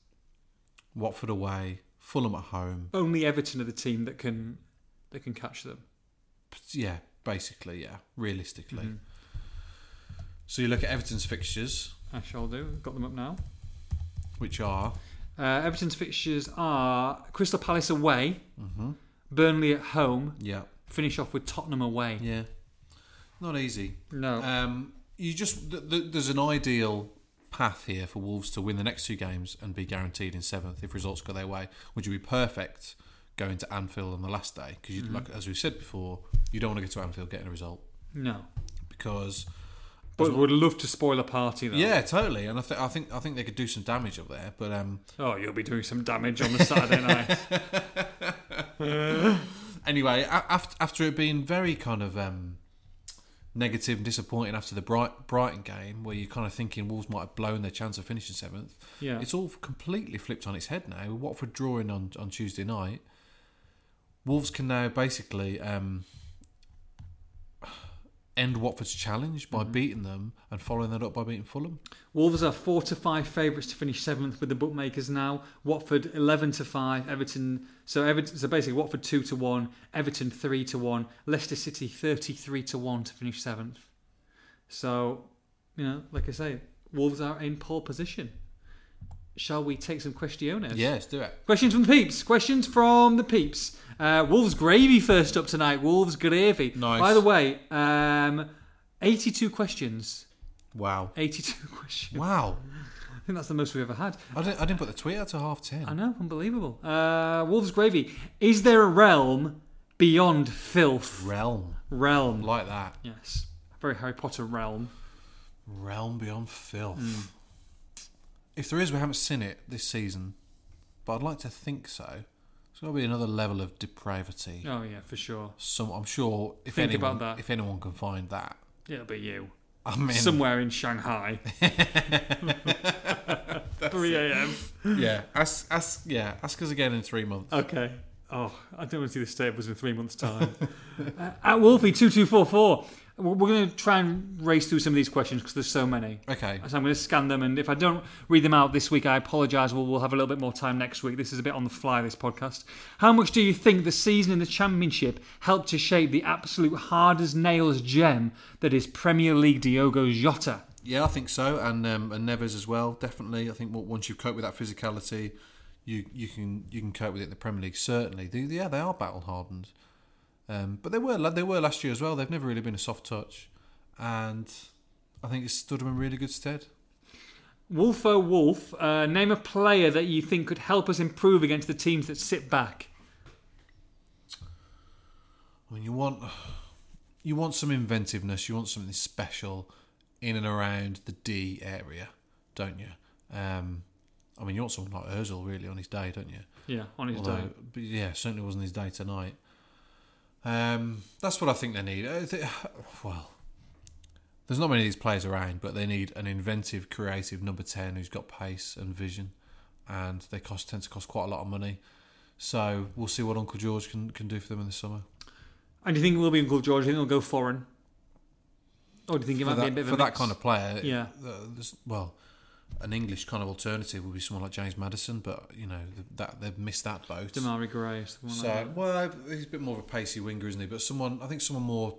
[SPEAKER 3] Watford away, Fulham at home.
[SPEAKER 2] Only Everton are the team that can that can catch them.
[SPEAKER 3] Yeah, basically, yeah, realistically. So you look at Everton's fixtures,
[SPEAKER 2] I shall do. Got them up now.
[SPEAKER 3] which are
[SPEAKER 2] Uh, Everton's fixtures are Crystal Palace away, Burnley at home,
[SPEAKER 3] yeah,
[SPEAKER 2] finish off with Tottenham away.
[SPEAKER 3] yeah. Not easy.
[SPEAKER 2] No.
[SPEAKER 3] Um you just th- th- there's an ideal path here for Wolves to win the next two games and be guaranteed in seventh if results go their way, which would be perfect going to Anfield on the last day because you like as we said before, you don't want to get to Anfield getting a result
[SPEAKER 2] no.
[SPEAKER 3] because
[SPEAKER 2] But would love to spoil a party though.
[SPEAKER 3] yeah, totally, and I, th- I think I think they could do some damage up there, but um
[SPEAKER 2] Oh, you'll be doing some damage on the Saturday night.
[SPEAKER 3] anyway, a- after after it being very kind of um, negative and disappointing after the Bright- Brighton game, where you're kind of thinking Wolves might have blown their chance of finishing seventh,
[SPEAKER 2] Yeah.
[SPEAKER 3] it's all completely flipped on its head now. With Watford drawing on on Tuesday night, Wolves can now basically um, end Watford's challenge
[SPEAKER 2] Mm-hmm.
[SPEAKER 3] by beating them and following that up by beating Fulham.
[SPEAKER 2] Wolves are four to five favourites to finish seventh with the bookmakers now. Watford eleven to five. Everton so Everton so basically Watford two to one. Everton three to one. Leicester City thirty three to one to finish seventh. So you know, like I say, Wolves are in pole position. Shall we take some questiones?
[SPEAKER 3] Yes, do it.
[SPEAKER 2] Questions from the peeps. Questions from the peeps. Uh, Wolves gravy first up tonight. Wolves gravy.
[SPEAKER 3] Nice.
[SPEAKER 2] By the way, um, 82 questions.
[SPEAKER 3] Wow.
[SPEAKER 2] 82 questions.
[SPEAKER 3] Wow.
[SPEAKER 2] I think that's the most we've ever had.
[SPEAKER 3] I didn't, I didn't put the tweet out to half ten.
[SPEAKER 2] I know, unbelievable. Uh, Wolves gravy. Is there a realm beyond filth?
[SPEAKER 3] Realm.
[SPEAKER 2] Realm.
[SPEAKER 3] Like that.
[SPEAKER 2] Yes. Very Harry Potter realm.
[SPEAKER 3] Realm beyond filth.
[SPEAKER 2] Hmm.
[SPEAKER 3] If there is, we haven't seen it this season, but I'd like to think so. It's got to be another level of depravity.
[SPEAKER 2] Oh, yeah, for sure.
[SPEAKER 3] Some, I'm sure if
[SPEAKER 2] Think
[SPEAKER 3] anyone,
[SPEAKER 2] about that.
[SPEAKER 3] if anyone can find that,
[SPEAKER 2] It'll be you.
[SPEAKER 3] I mean,
[SPEAKER 2] Somewhere in Shanghai. 3 a.m.
[SPEAKER 3] yeah, ask, ask, yeah, ask us again in three months.
[SPEAKER 2] Okay. Oh, I don't want to see the stables in three months' time. uh, at Wolfie two two four four, we're going to try and race through some of these questions because there's so many.
[SPEAKER 3] Okay,
[SPEAKER 2] So I'm going to scan them, and if I don't read them out this week, I apologise. We'll, we'll have a little bit more time next week. This is a bit on the fly, this podcast. How much do you think the season in the Championship helped to shape the absolute hard as nails gem that is Premier League Diogo Jota?
[SPEAKER 3] yeah, I think so, and um, and Nevers as well, definitely. I think what- once you cope with that physicality, you you can you can cope with it in the Premier League. Certainly, they, yeah, they are battle hardened, um, but they were la- they were last year as well. They've never really been a soft touch, and I think it stood them in really good stead.
[SPEAKER 2] Wolfo Wolf, uh, name a player that you think could help us improve against the teams that sit back.
[SPEAKER 3] I mean, you want you want some inventiveness, you want something special in and around the D area, don't you? Um, I mean, you want someone like Özil really on his day, don't you?
[SPEAKER 2] Yeah, on his
[SPEAKER 3] Although,
[SPEAKER 2] day.
[SPEAKER 3] But yeah, certainly wasn't his day tonight. Um, that's what I think they need. I thi- well, there's not many of these players around, but they need an inventive, creative number ten who's got pace and vision, and they cost tend to cost quite a lot of money. So we'll see what Uncle George can, can do for them in the summer.
[SPEAKER 2] And do you think it will be Uncle George? Do you think he'll go foreign? Or do you think it
[SPEAKER 3] for
[SPEAKER 2] might
[SPEAKER 3] that,
[SPEAKER 2] be a bit of a
[SPEAKER 3] for that
[SPEAKER 2] mix?
[SPEAKER 3] kind of player,
[SPEAKER 2] Yeah.
[SPEAKER 3] uh, there's- well, an English kind of alternative would be someone like James Madison, but you know th- that they've missed that boat.
[SPEAKER 2] Damari Gray, something like
[SPEAKER 3] So well, he's a bit more of a pacey winger, isn't he? But someone, I think someone more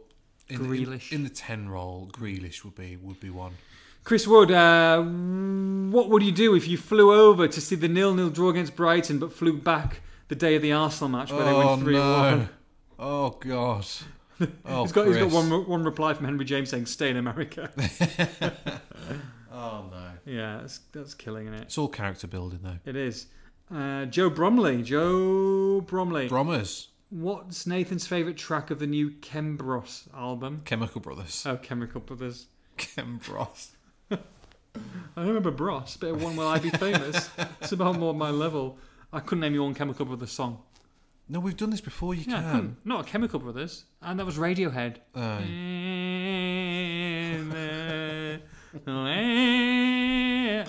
[SPEAKER 3] in, the- in-
[SPEAKER 2] Grealish.
[SPEAKER 3] in, the ten role, Grealish would be would be one.
[SPEAKER 2] that. Chris Wood, uh, what would you do if you flew over to see the nil-nil draw against Brighton, but flew back the day of the Arsenal match where they
[SPEAKER 3] oh
[SPEAKER 2] went three-one?
[SPEAKER 3] no! Oh god! Oh,
[SPEAKER 2] He's got, he's got
[SPEAKER 3] Chris.
[SPEAKER 2] one, one reply from Henry James saying, "Stay in America."
[SPEAKER 3] Oh no!
[SPEAKER 2] yeah, that's, that's killing it.
[SPEAKER 3] It's all character building though.
[SPEAKER 2] It is. Uh, Joe Bromley, Joe Bromley.
[SPEAKER 3] Brommers,
[SPEAKER 2] What's Nathan's favourite track of the new Kembros album?
[SPEAKER 3] Chemical Brothers,
[SPEAKER 2] Oh, Chemical Brothers.
[SPEAKER 3] Chembros.
[SPEAKER 2] I remember Bros, but one will I be famous. it's about more my level. I couldn't name you one Chemical Brothers song.
[SPEAKER 3] No, we've done this before. You
[SPEAKER 2] Yeah, I
[SPEAKER 3] can.
[SPEAKER 2] couldn't. Mm. not Chemical Brothers, and that was Radiohead.
[SPEAKER 3] Oh,
[SPEAKER 2] no,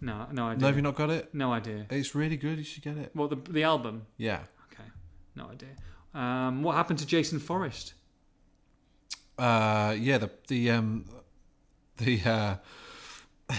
[SPEAKER 2] no
[SPEAKER 3] no, have
[SPEAKER 2] idea.
[SPEAKER 3] you not got it?
[SPEAKER 2] No idea.
[SPEAKER 3] It's really good. You should get it.
[SPEAKER 2] What the the album?
[SPEAKER 3] Yeah.
[SPEAKER 2] Okay, no idea. Um, what happened to Jason Forrest?
[SPEAKER 3] Uh, yeah, the the um, the uh,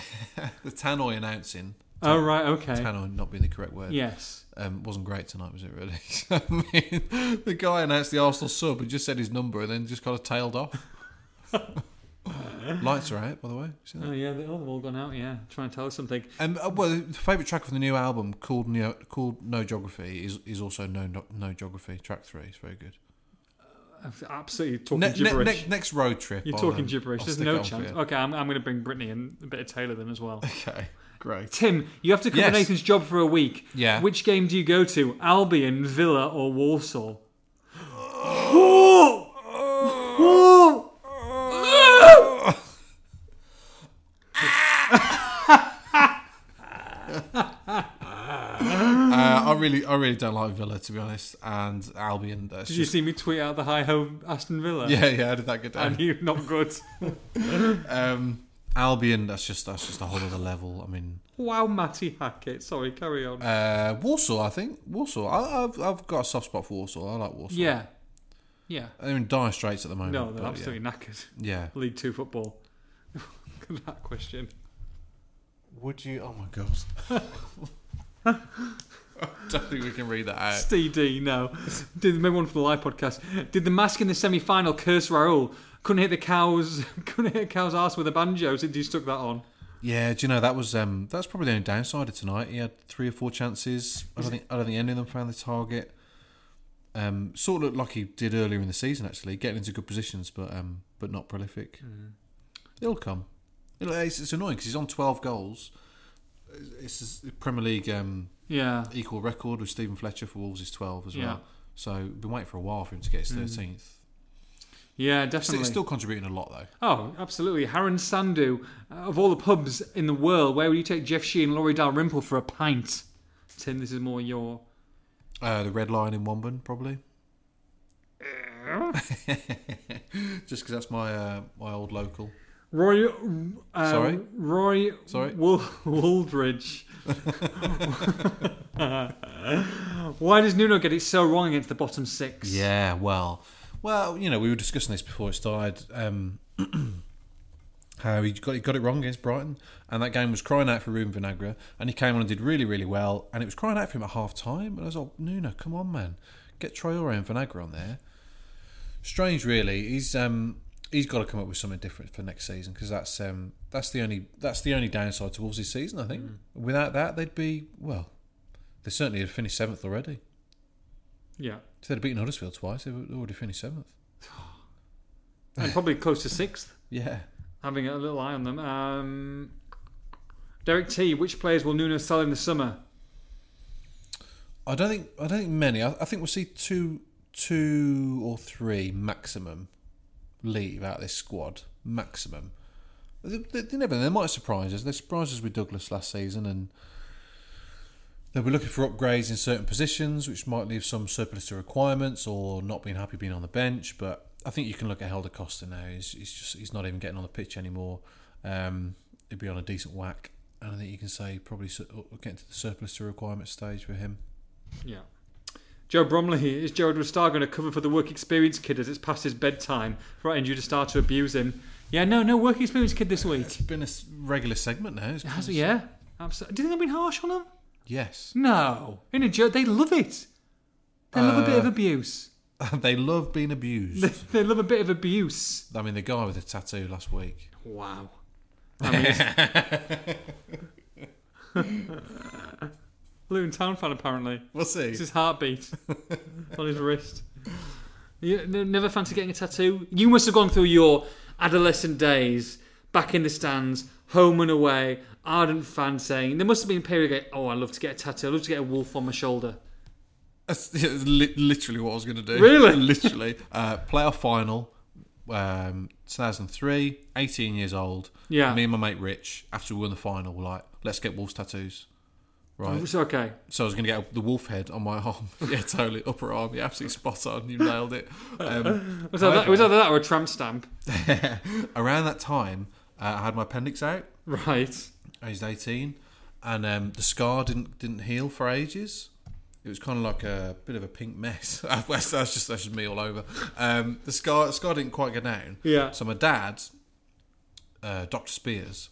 [SPEAKER 3] the Tannoy announcing
[SPEAKER 2] Oh right, okay.
[SPEAKER 3] Tannoy not being the correct word.
[SPEAKER 2] Yes.
[SPEAKER 3] Um, wasn't great tonight, was it? Really? I mean, the guy announced the Arsenal sub and just said his number and then just kind of tailed off. Lights are out, by the way. You see that?
[SPEAKER 2] Oh yeah, they, oh, they've all gone out. Yeah, trying to tell us something.
[SPEAKER 3] Um, uh, well, the favourite track from the new album called Neo, called No Geography is, is also no, no No Geography. Track three is very good.
[SPEAKER 2] I've Absolutely talking
[SPEAKER 3] Ne- ne-
[SPEAKER 2] gibberish.
[SPEAKER 3] ne- next road trip.
[SPEAKER 2] You're
[SPEAKER 3] I'll,
[SPEAKER 2] talking
[SPEAKER 3] um,
[SPEAKER 2] gibberish.
[SPEAKER 3] I'll
[SPEAKER 2] There's
[SPEAKER 3] stick it
[SPEAKER 2] no
[SPEAKER 3] on for
[SPEAKER 2] chance.
[SPEAKER 3] you.
[SPEAKER 2] Okay, I'm, I'm going to bring Brittany and a bit of Taylor then as well.
[SPEAKER 3] Okay, great.
[SPEAKER 2] Tim, you have to cover
[SPEAKER 3] Yes.
[SPEAKER 2] Nathan's job for a week.
[SPEAKER 3] Yeah.
[SPEAKER 2] Which game do you go to? Albion, Villa, or Warsaw?
[SPEAKER 3] Uh, I really, I really don't like Villa to be honest, and Albion. That's
[SPEAKER 2] Did you
[SPEAKER 3] just,
[SPEAKER 2] see me tweet out the high ho Aston Villa?
[SPEAKER 3] yeah, yeah, I did that good.
[SPEAKER 2] And you not good.
[SPEAKER 3] Um, Albion, that's just that's just a whole other level. I mean,
[SPEAKER 2] wow, Matty Hackett. Sorry, carry on.
[SPEAKER 3] uh, Warsaw, I think Warsaw. I, I've I've got a soft spot for Warsaw. I like Warsaw.
[SPEAKER 2] yeah. Yeah.
[SPEAKER 3] They're in dire straits at the moment.
[SPEAKER 2] No, they're
[SPEAKER 3] but
[SPEAKER 2] absolutely knackered.
[SPEAKER 3] Yeah. yeah.
[SPEAKER 2] League Two football. Look at that question.
[SPEAKER 3] Would you? Oh my god. I don't think we can read that out.
[SPEAKER 2] Steve D, no. Did maybe one for the live podcast. Did the mask in the semi final curse Raul? Couldn't hit the cow's couldn't hit a cow's ass with a banjo since he stuck that on.
[SPEAKER 3] Yeah, do you know that was um that's probably the only downside of tonight. He had three or four chances. I don't think I don't think any of them found the target. Um, sort of looked like he did earlier in the season, actually, getting into good positions, but um, but not prolific. It'll come. It'll, it's, it's annoying because he's on twelve goals. It's it's the Premier League um,
[SPEAKER 2] Yeah.
[SPEAKER 3] equal record with Stephen Fletcher for Wolves is twelve as
[SPEAKER 2] Yeah.
[SPEAKER 3] well. So we've been waiting for a while for him to get his thirteenth.
[SPEAKER 2] Yeah,
[SPEAKER 3] Still,
[SPEAKER 2] definitely.
[SPEAKER 3] still contributing a lot though.
[SPEAKER 2] Oh, absolutely. Haran Sandu, uh, of all the pubs in the world, where would you take Jeff Shee and Laurie Dalrymple for a pint? Tim, this is more your.
[SPEAKER 3] Uh, the Red Lion in Womben, probably. Just because that's my uh, my old local.
[SPEAKER 2] Roy. Uh,
[SPEAKER 3] Sorry?
[SPEAKER 2] Roy.
[SPEAKER 3] Sorry?
[SPEAKER 2] Wool- Wooldridge. Why does Nuno get it so wrong against the bottom six?
[SPEAKER 3] Yeah, well, well, you know, we were discussing this before it started. Um, how he got he got it wrong against Brighton, and that game was crying out for Ruben Vinagre, and he came on and did really really well, and it was crying out for him at half time, and I was like, Nuno, come on, man, get Traore and Vinagre on there. Strange, really. He's um he's got to come up with something different for next season because that's um that's the only that's the only downside to Wolves' season, I think. Without that, they'd be well, they certainly had finished seventh already.
[SPEAKER 2] Yeah.
[SPEAKER 3] If they'd beaten Huddersfield twice, they would already finished seventh.
[SPEAKER 2] And probably close to sixth,
[SPEAKER 3] Yeah.
[SPEAKER 2] having a little eye on them. Um, Derek T, which players will Nuno sell in the summer?
[SPEAKER 3] I don't think I don't think many. I, I think we'll see two two or three maximum leave out of this squad. Maximum. They, they, they never they might surprise us. They surprised us with Douglas last season and they'll be looking for upgrades in certain positions, which might leave some surplus to requirements or not being happy being on the bench. But I think you can look at Helder Costa now. He's, he's just he's not even getting on the pitch anymore. Um, he'd be on a decent whack. And I think you can say probably sur- getting to the surplus to requirement stage for him.
[SPEAKER 2] Yeah. Joe Bromley, is Joe Edward Starr going to cover for the work experience kid as it's past his bedtime, right? And you to start to abuse him. Yeah, no, no work experience kid this week.
[SPEAKER 3] It's been a s- regular segment now. It's
[SPEAKER 2] Has- yeah, absolutely. Do you think they've been harsh on him?
[SPEAKER 3] Yes.
[SPEAKER 2] No. In a joke, they love it. They love a bit of abuse.
[SPEAKER 3] they love being
[SPEAKER 2] They,
[SPEAKER 3] abused.
[SPEAKER 2] they love a bit of abuse.
[SPEAKER 3] I mean, the guy with the tattoo last week.
[SPEAKER 2] Wow. I mean, it's- Luton Town fan apparently.
[SPEAKER 3] We'll see.
[SPEAKER 2] It's his heartbeat on his wrist. You n- never fancy getting a tattoo? You must have gone through your adolescent days, back in the stands, home and away, ardent fan saying, there must have been a period ago, oh, I'd love to get a tattoo, I'd love to get a wolf on my shoulder.
[SPEAKER 3] That's yeah, that's li- literally what I was going to do.
[SPEAKER 2] Really?
[SPEAKER 3] literally. Uh, playoff final, um, 2003, 18 years old.
[SPEAKER 2] Yeah.
[SPEAKER 3] Me and my mate Rich, after we won the final, were like, let's get Wolves tattoos. Right.
[SPEAKER 2] It's okay.
[SPEAKER 3] So I was going to get the wolf head on my arm. yeah, totally. Upper arm. Yeah, absolutely spot on. You nailed it. Um,
[SPEAKER 2] It was, either that, it was
[SPEAKER 3] however,
[SPEAKER 2] either that or a tramp stamp.
[SPEAKER 3] around that time, uh, I had my appendix out.
[SPEAKER 2] Right.
[SPEAKER 3] aged 18 and um, the scar didn't didn't heal for ages it was kind of like a bit of a pink mess that's, that's just that's just me all over um, the scar the scar didn't quite go down
[SPEAKER 2] Yeah.
[SPEAKER 3] so my dad uh, Dr Spears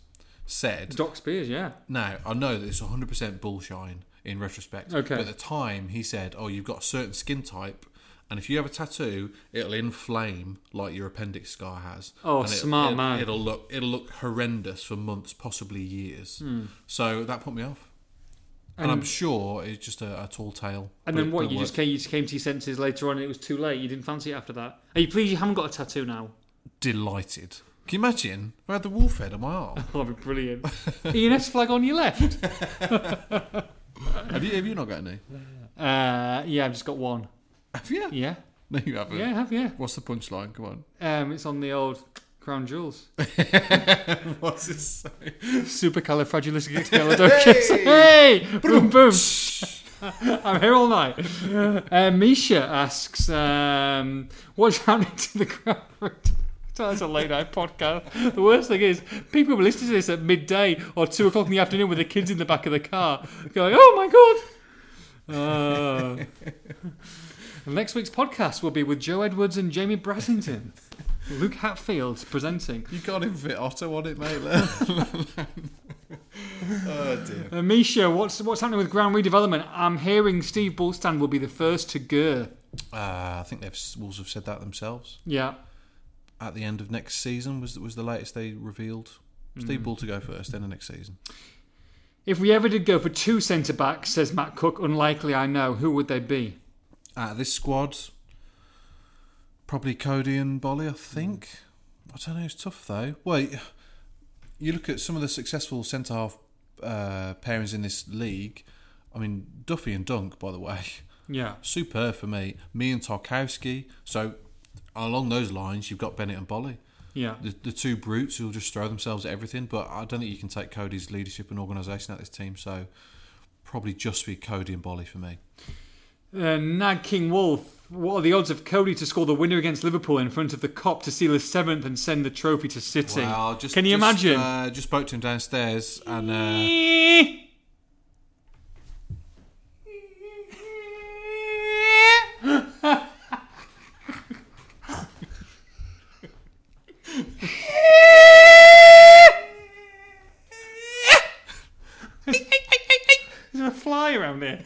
[SPEAKER 3] said
[SPEAKER 2] Doc Spears, yeah.
[SPEAKER 3] now I know that it's 100% bullshine in retrospect
[SPEAKER 2] Okay.
[SPEAKER 3] but at the time he said oh you've got a certain skin type and if you have a tattoo, it'll inflame like your appendix scar has.
[SPEAKER 2] Oh,
[SPEAKER 3] and
[SPEAKER 2] smart
[SPEAKER 3] it,
[SPEAKER 2] man.
[SPEAKER 3] It'll look it'll look horrendous for months, possibly years.
[SPEAKER 2] Hmm.
[SPEAKER 3] So that put me off. And, I'm sure it's just a, a tall tale.
[SPEAKER 2] And
[SPEAKER 3] but
[SPEAKER 2] then
[SPEAKER 3] it
[SPEAKER 2] what?
[SPEAKER 3] don't
[SPEAKER 2] You just
[SPEAKER 3] work.
[SPEAKER 2] came, you just came to your senses later on and it was too late. You didn't fancy it after that. Are you pleased you haven't got a tattoo now?
[SPEAKER 3] delighted. Can you imagine? I had the wolf head on my arm.
[SPEAKER 2] Oh, that'd be brilliant. ENS flag on your left.
[SPEAKER 3] have you? Have you not got any?
[SPEAKER 2] Uh, yeah, I've just got one.
[SPEAKER 3] Have you?
[SPEAKER 2] Yeah,
[SPEAKER 3] No, you haven't.
[SPEAKER 2] yeah, I have yeah.
[SPEAKER 3] What's the punchline? Come on.
[SPEAKER 2] Um, it's on the old crown jewels.
[SPEAKER 3] What's it say?
[SPEAKER 2] Supercalifragilisticexpialidocious. hey, boom, boom. I'm here all night. Uh, Misha asks, um, "What's happening to the crowd?" That's a late night podcast. The worst thing is, people will listen to this at midday or two o'clock in the afternoon with the kids in the back of the car, going, "Oh my god." Uh, And next week's podcast will be with Joe Edwards and Jamie Brassington. Luke Hatfield presenting.
[SPEAKER 3] You can't even fit Otto on it, mate. oh dear.
[SPEAKER 2] Uh, Misha, what's what's happening with ground redevelopment? I'm hearing Steve Bullstand will be the first to go.
[SPEAKER 3] Uh, I think they've Wolves have said that themselves.
[SPEAKER 2] Yeah.
[SPEAKER 3] At the end of next season was was the latest they revealed. Steve Ball to go first, then the next season.
[SPEAKER 2] If we ever did go for two centre backs, says Matt Cook, unlikely I know, who would they be?
[SPEAKER 3] Out of Uh, this squad, probably Cody and Bolly. I think. I don't know. It's tough though. Well, you look at some of the successful centre half uh, pairings in this league. I mean, Duffy and Dunk, by the way.
[SPEAKER 2] Yeah.
[SPEAKER 3] superb for me. Me and Tarkowski. So along those lines, you've got Bennett and Bolly.
[SPEAKER 2] Yeah.
[SPEAKER 3] The, the two brutes who'll just throw themselves at everything. But I don't think you can take Cody's leadership and organisation at this team. So probably just be Cody and Bolly for me.
[SPEAKER 2] Uh, Nag King Wolf, what are the odds of Cody to score the winner against Liverpool in front of the cop to seal his seventh and send the trophy to City? Can you imagine?
[SPEAKER 3] Uh, just spoke to him downstairs and uh,
[SPEAKER 2] Is there a fly around here?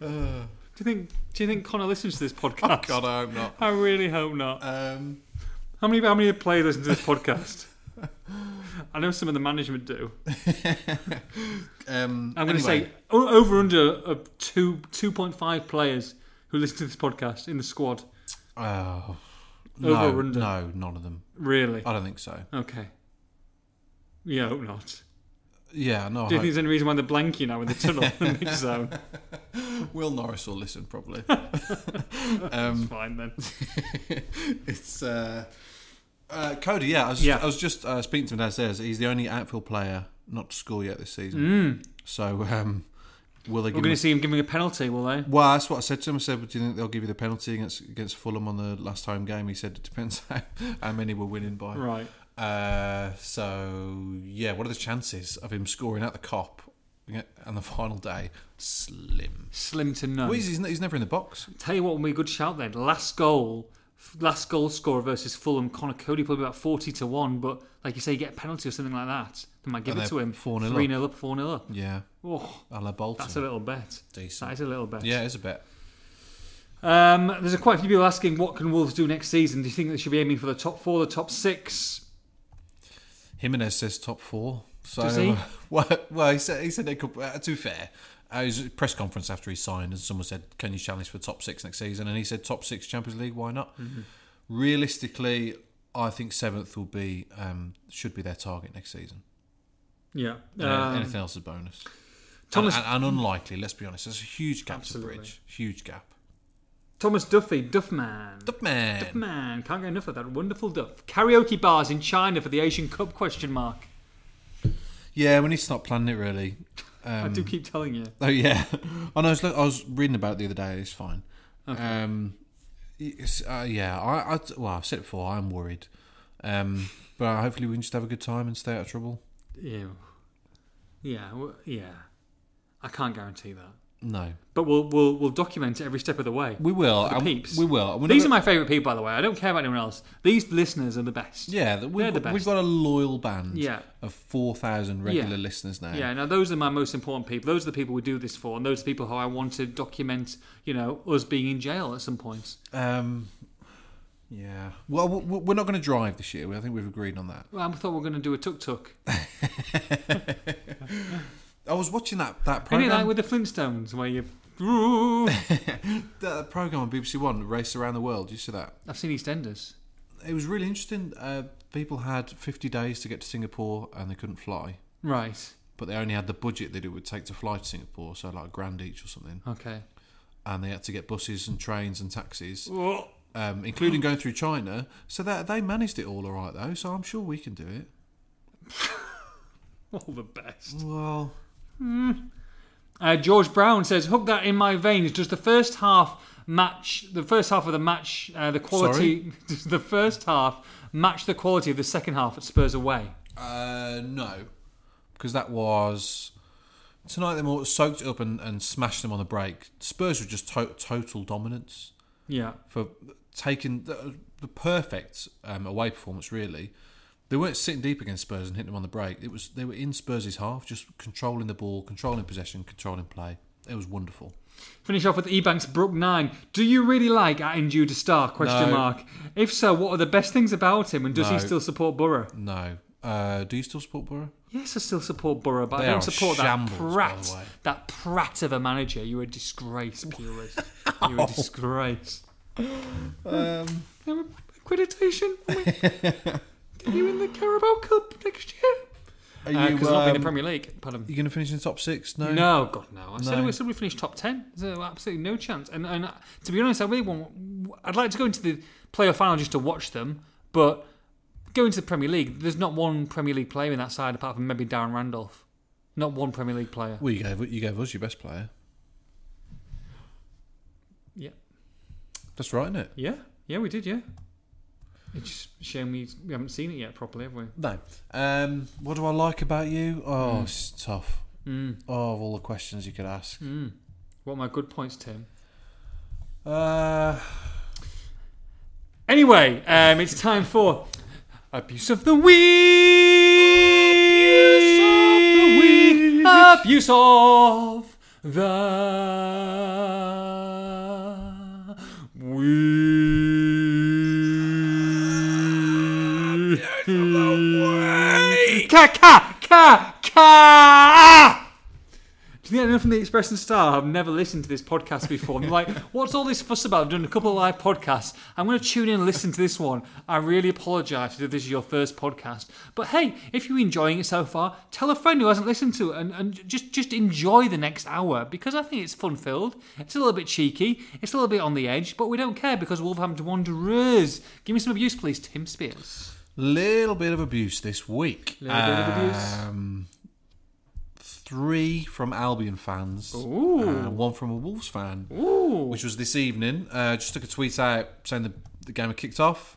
[SPEAKER 2] do you think? Do you think Connor listens to this podcast?
[SPEAKER 3] God, I hope not.
[SPEAKER 2] I really hope not.
[SPEAKER 3] Um,
[SPEAKER 2] How many how many players listen to this podcast? I know some of the management do.
[SPEAKER 3] um,
[SPEAKER 2] I'm going to
[SPEAKER 3] anyway,
[SPEAKER 2] say o- over under of two two point five players who listen to this podcast in the squad.
[SPEAKER 3] Oh,
[SPEAKER 2] Over
[SPEAKER 3] no,
[SPEAKER 2] or under?
[SPEAKER 3] no, none of them.
[SPEAKER 2] Really?
[SPEAKER 3] I don't think so.
[SPEAKER 2] Okay. Yeah, I hope not.
[SPEAKER 3] Uh-huh. Yeah, no. I
[SPEAKER 2] Do you
[SPEAKER 3] hope
[SPEAKER 2] think there's any reason why they're blanking now in the tunnel in the mid zone?
[SPEAKER 3] Will Norris will listen probably. um,
[SPEAKER 2] Fine then.
[SPEAKER 3] it's uh, uh, Cody. Yeah, I was,
[SPEAKER 2] Yeah.
[SPEAKER 3] I was just uh, speaking to him downstairs. He's the only outfield player not to score yet this season. So um, will they
[SPEAKER 2] Mm. We're
[SPEAKER 3] give?
[SPEAKER 2] going
[SPEAKER 3] Him
[SPEAKER 2] to see him giving a penalty, will they?
[SPEAKER 3] a- well, that's what I said to him. I said, "But do you think they'll give you the penalty against against Fulham on the last home game?" He said, "It depends how, how many we're winning by."
[SPEAKER 2] Right.
[SPEAKER 3] Uh, so yeah, what are the chances of him scoring at the cop on the final day? Slim.
[SPEAKER 2] Slim to none.
[SPEAKER 3] Well, he's, he's, ne- he's never in the box.
[SPEAKER 2] Tell you what, would be a good shout then. Last goal, last goal scorer versus Fulham. Connor Cody probably about forty to one, but like you say, you get a penalty or something like that, they might give
[SPEAKER 3] And
[SPEAKER 2] it to
[SPEAKER 3] they're
[SPEAKER 2] him.
[SPEAKER 3] 4-0
[SPEAKER 2] three 0 up, four 0 up.
[SPEAKER 3] Yeah,
[SPEAKER 2] Oh,
[SPEAKER 3] a la Bolton.
[SPEAKER 2] that's a little bet.
[SPEAKER 3] Decent.
[SPEAKER 2] That is a little bet.
[SPEAKER 3] Yeah, it's a bet.
[SPEAKER 2] Um, there's a quite a few people asking what can Wolves do next season. Do you think they should be aiming for the top four, the top six?
[SPEAKER 3] Jimenez says top four. So,
[SPEAKER 2] Does he?
[SPEAKER 3] Well, well, he said he said they could. Uh, to be fair, uh, it was a press conference after he signed, and someone said, "Can you challenge for top six next season?" And he said, "Top six Champions League, why not?"
[SPEAKER 2] Mm-hmm.
[SPEAKER 3] Realistically, I think seventh will be um, should be their target next season.
[SPEAKER 2] Yeah.
[SPEAKER 3] And
[SPEAKER 2] Um,
[SPEAKER 3] anything else is bonus.
[SPEAKER 2] Thomas-
[SPEAKER 3] and, and, and unlikely. Let's be honest. There's a huge gap
[SPEAKER 2] Absolutely.
[SPEAKER 3] to bridge. Huge gap.
[SPEAKER 2] Thomas Duffy, Duffman.
[SPEAKER 3] Duffman.
[SPEAKER 2] Man, can't get enough of that wonderful duff. Karaoke bars in China for the Asian Cup? Question mark.
[SPEAKER 3] Yeah, we need to start planning it really.
[SPEAKER 2] I do keep telling you.
[SPEAKER 3] Oh yeah, I know. I was, look- I was reading about it the other day. It's fine. Um, it's, uh, yeah, I, I well, I've said it before. I'm worried, um, but hopefully we can just have a good time and stay out of trouble.
[SPEAKER 2] Ew. Yeah, w- yeah. I can't guarantee that,
[SPEAKER 3] No,
[SPEAKER 2] but we'll we'll we'll document it every step of the way.
[SPEAKER 3] we will.
[SPEAKER 2] the
[SPEAKER 3] and
[SPEAKER 2] peeps.
[SPEAKER 3] We will. and we're
[SPEAKER 2] These
[SPEAKER 3] not
[SPEAKER 2] are my favourite people, by the way. I don't care about anyone else. These listeners are the best.
[SPEAKER 3] gonna- yeah. that We've,
[SPEAKER 2] They're the
[SPEAKER 3] got, we've
[SPEAKER 2] best.
[SPEAKER 3] got a loyal band.
[SPEAKER 2] Yeah.
[SPEAKER 3] of four thousand regular
[SPEAKER 2] Yeah.
[SPEAKER 3] listeners now.
[SPEAKER 2] Yeah, now those are my most important people. Those are the people we do this for, and those are the people who I want to document, you know, us being in jail at some point.
[SPEAKER 3] Um, yeah. Well, we- we- we're not going to drive this year. I think we've agreed on that.
[SPEAKER 2] Well, I thought we were going to do a tuk tuk.
[SPEAKER 3] I was watching that
[SPEAKER 2] Isn't
[SPEAKER 3] that
[SPEAKER 2] it
[SPEAKER 3] program.
[SPEAKER 2] like with the Flintstones, where you.
[SPEAKER 3] that program on BBC One, Race Around the World. You see that?
[SPEAKER 2] I've seen EastEnders.
[SPEAKER 3] it was really interesting. Uh, people had 50 days to get to Singapore and they couldn't fly,
[SPEAKER 2] Right.
[SPEAKER 3] but they only had the budget that it would take to fly to Singapore, so like a grand each or something.
[SPEAKER 2] Okay.
[SPEAKER 3] And they had to get buses and trains and taxis, um, including going through China. So that they managed it all all right though. So I'm sure we can do it.
[SPEAKER 2] All the best.
[SPEAKER 3] Well,
[SPEAKER 2] Uh, George Brown says, "Hook that in my veins." Does the first half match the first half of the match? Uh, the quality does the first half match the quality of the second half at Spurs away?
[SPEAKER 3] uh, no, because that was Tonight they more soaked it up and, and smashed them on the break. Spurs were just to- total dominance
[SPEAKER 2] Yeah.
[SPEAKER 3] for taking the, the perfect um, away performance. Really, they weren't sitting deep against Spurs and hitting them on the break. It was they were in Spurs' half, just controlling the ball, controlling possession, controlling play. It was wonderful.
[SPEAKER 2] Finish off with Ebanks Brook 9. Do you really like at Judah Star? Question
[SPEAKER 3] No.
[SPEAKER 2] mark. If so, what are the best things about him and does he
[SPEAKER 3] No.
[SPEAKER 2] still support Borough?
[SPEAKER 3] No, uh, do you still support Borough?
[SPEAKER 2] Yes, I still support Borough, but
[SPEAKER 3] They
[SPEAKER 2] I
[SPEAKER 3] are
[SPEAKER 2] don't support
[SPEAKER 3] shambles, by
[SPEAKER 2] that
[SPEAKER 3] the
[SPEAKER 2] prat.
[SPEAKER 3] way.
[SPEAKER 2] That prat of a manager. You're a disgrace, purist. You're a disgrace. Um, accreditation? Get you in the Carabao Cup next year?
[SPEAKER 3] Are um,
[SPEAKER 2] Because uh, not be in the Premier League. Pardon.
[SPEAKER 3] you going to finish in the top six? No.
[SPEAKER 2] No, God, no. I said
[SPEAKER 3] No.
[SPEAKER 2] we said we finished top ten. So absolutely no chance. And and uh, to be honest, I really want. I'd like to go into the playoff final just to watch them, but going to the Premier League, there's not one Premier League player in that side apart from maybe Darren Randolph. Not one Premier League player.
[SPEAKER 3] Well, you gave you gave us your best player.
[SPEAKER 2] Yeah,
[SPEAKER 3] That's right, isn't it?
[SPEAKER 2] yeah, yeah. We did. Yeah. It's just a shame we, we haven't seen it yet properly, have we?
[SPEAKER 3] No. Um, what do I like about you? Oh, it's tough. Oh, of all the questions you could ask.
[SPEAKER 2] What are my good points, Tim?
[SPEAKER 3] Uh,
[SPEAKER 2] Anyway, um, it's time for abuse of the week. Abuse of the week. Abuse of the week. Ka ka ka ka. Do you think anyone from the Express and Star have never listened to this podcast before? And they're like, what's all this fuss about? I've done a couple of live podcasts. I'm going to tune in and listen to this one. I really apologise if this is your first podcast. But hey, if you're enjoying it so far, tell a friend who hasn't listened to it and, and just, just enjoy the next hour because I think it's fun filled. It's a little bit cheeky, it's a little bit on the edge, but we don't care because Wolverhampton Wanderers. Give me some abuse, please, Tim Spears.
[SPEAKER 3] little bit of abuse this week.
[SPEAKER 2] Little bit of abuse.
[SPEAKER 3] Um, three from Albion fans.
[SPEAKER 2] Ooh.
[SPEAKER 3] Uh, one from a Wolves fan,
[SPEAKER 2] Ooh.
[SPEAKER 3] which was this evening. Uh, just took a tweet out saying the, the game had kicked off.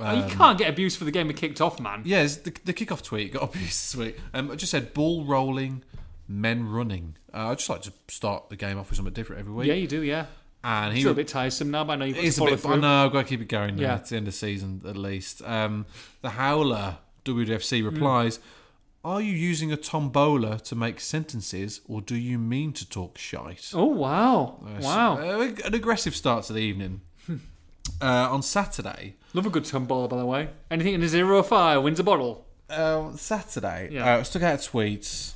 [SPEAKER 2] Oh, you can't get abuse for the game we kicked off, man.
[SPEAKER 3] Yeah, it's the, the kickoff tweet got abused this week. Um, I just said ball rolling, men running. Uh, I just like to start the game off with something different every week.
[SPEAKER 2] Yeah, you do, yeah.
[SPEAKER 3] and he
[SPEAKER 2] It's a little bit tiresome now, but I know you've got to
[SPEAKER 3] It's a
[SPEAKER 2] follow
[SPEAKER 3] bit. I
[SPEAKER 2] through.
[SPEAKER 3] know. I've got to keep it going. now,
[SPEAKER 2] Yeah.
[SPEAKER 3] at the end of the season at least. Um, the Howler
[SPEAKER 2] Mm.
[SPEAKER 3] WWFC replies: Are you using a tombola to make sentences, or do you mean to talk shite?
[SPEAKER 2] Oh wow! Wow!
[SPEAKER 3] Uh, an aggressive start to the evening. uh, on Saturday,
[SPEAKER 2] Love a good tumble, by the way. Anything in a zero fire wins a bottle.
[SPEAKER 3] uh, Saturday,
[SPEAKER 2] Yeah.
[SPEAKER 3] uh, I stuck out tweets.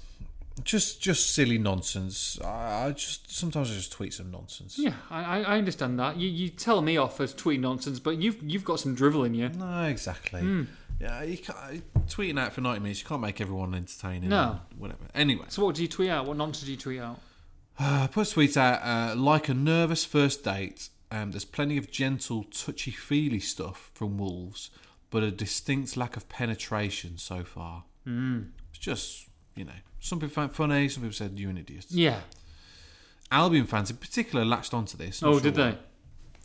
[SPEAKER 3] Just, just silly nonsense. I, I just sometimes I just tweet some nonsense.
[SPEAKER 2] Yeah, I, I- I understand that. You, you tell me off as tweet nonsense, but you've you've got some drivel in you.
[SPEAKER 3] No, exactly.
[SPEAKER 2] Hmm.
[SPEAKER 3] Yeah, you can't, tweeting out for ninety minutes, you can't make everyone entertaining.
[SPEAKER 2] No.
[SPEAKER 3] and whatever. Anyway,
[SPEAKER 2] So what do you tweet out? What nonsense do you tweet out?
[SPEAKER 3] uh, put a tweet out uh, like a nervous first date. Um, there's plenty of gentle, touchy feely stuff from Wolves, but a distinct lack of penetration so far. Mm.
[SPEAKER 2] Hmm.
[SPEAKER 3] It's just you know, some people found it funny, some people said you're an idiot.
[SPEAKER 2] Yeah.
[SPEAKER 3] Albion fans in particular latched onto this. Not
[SPEAKER 2] Oh,
[SPEAKER 3] sure
[SPEAKER 2] did
[SPEAKER 3] why.
[SPEAKER 2] they?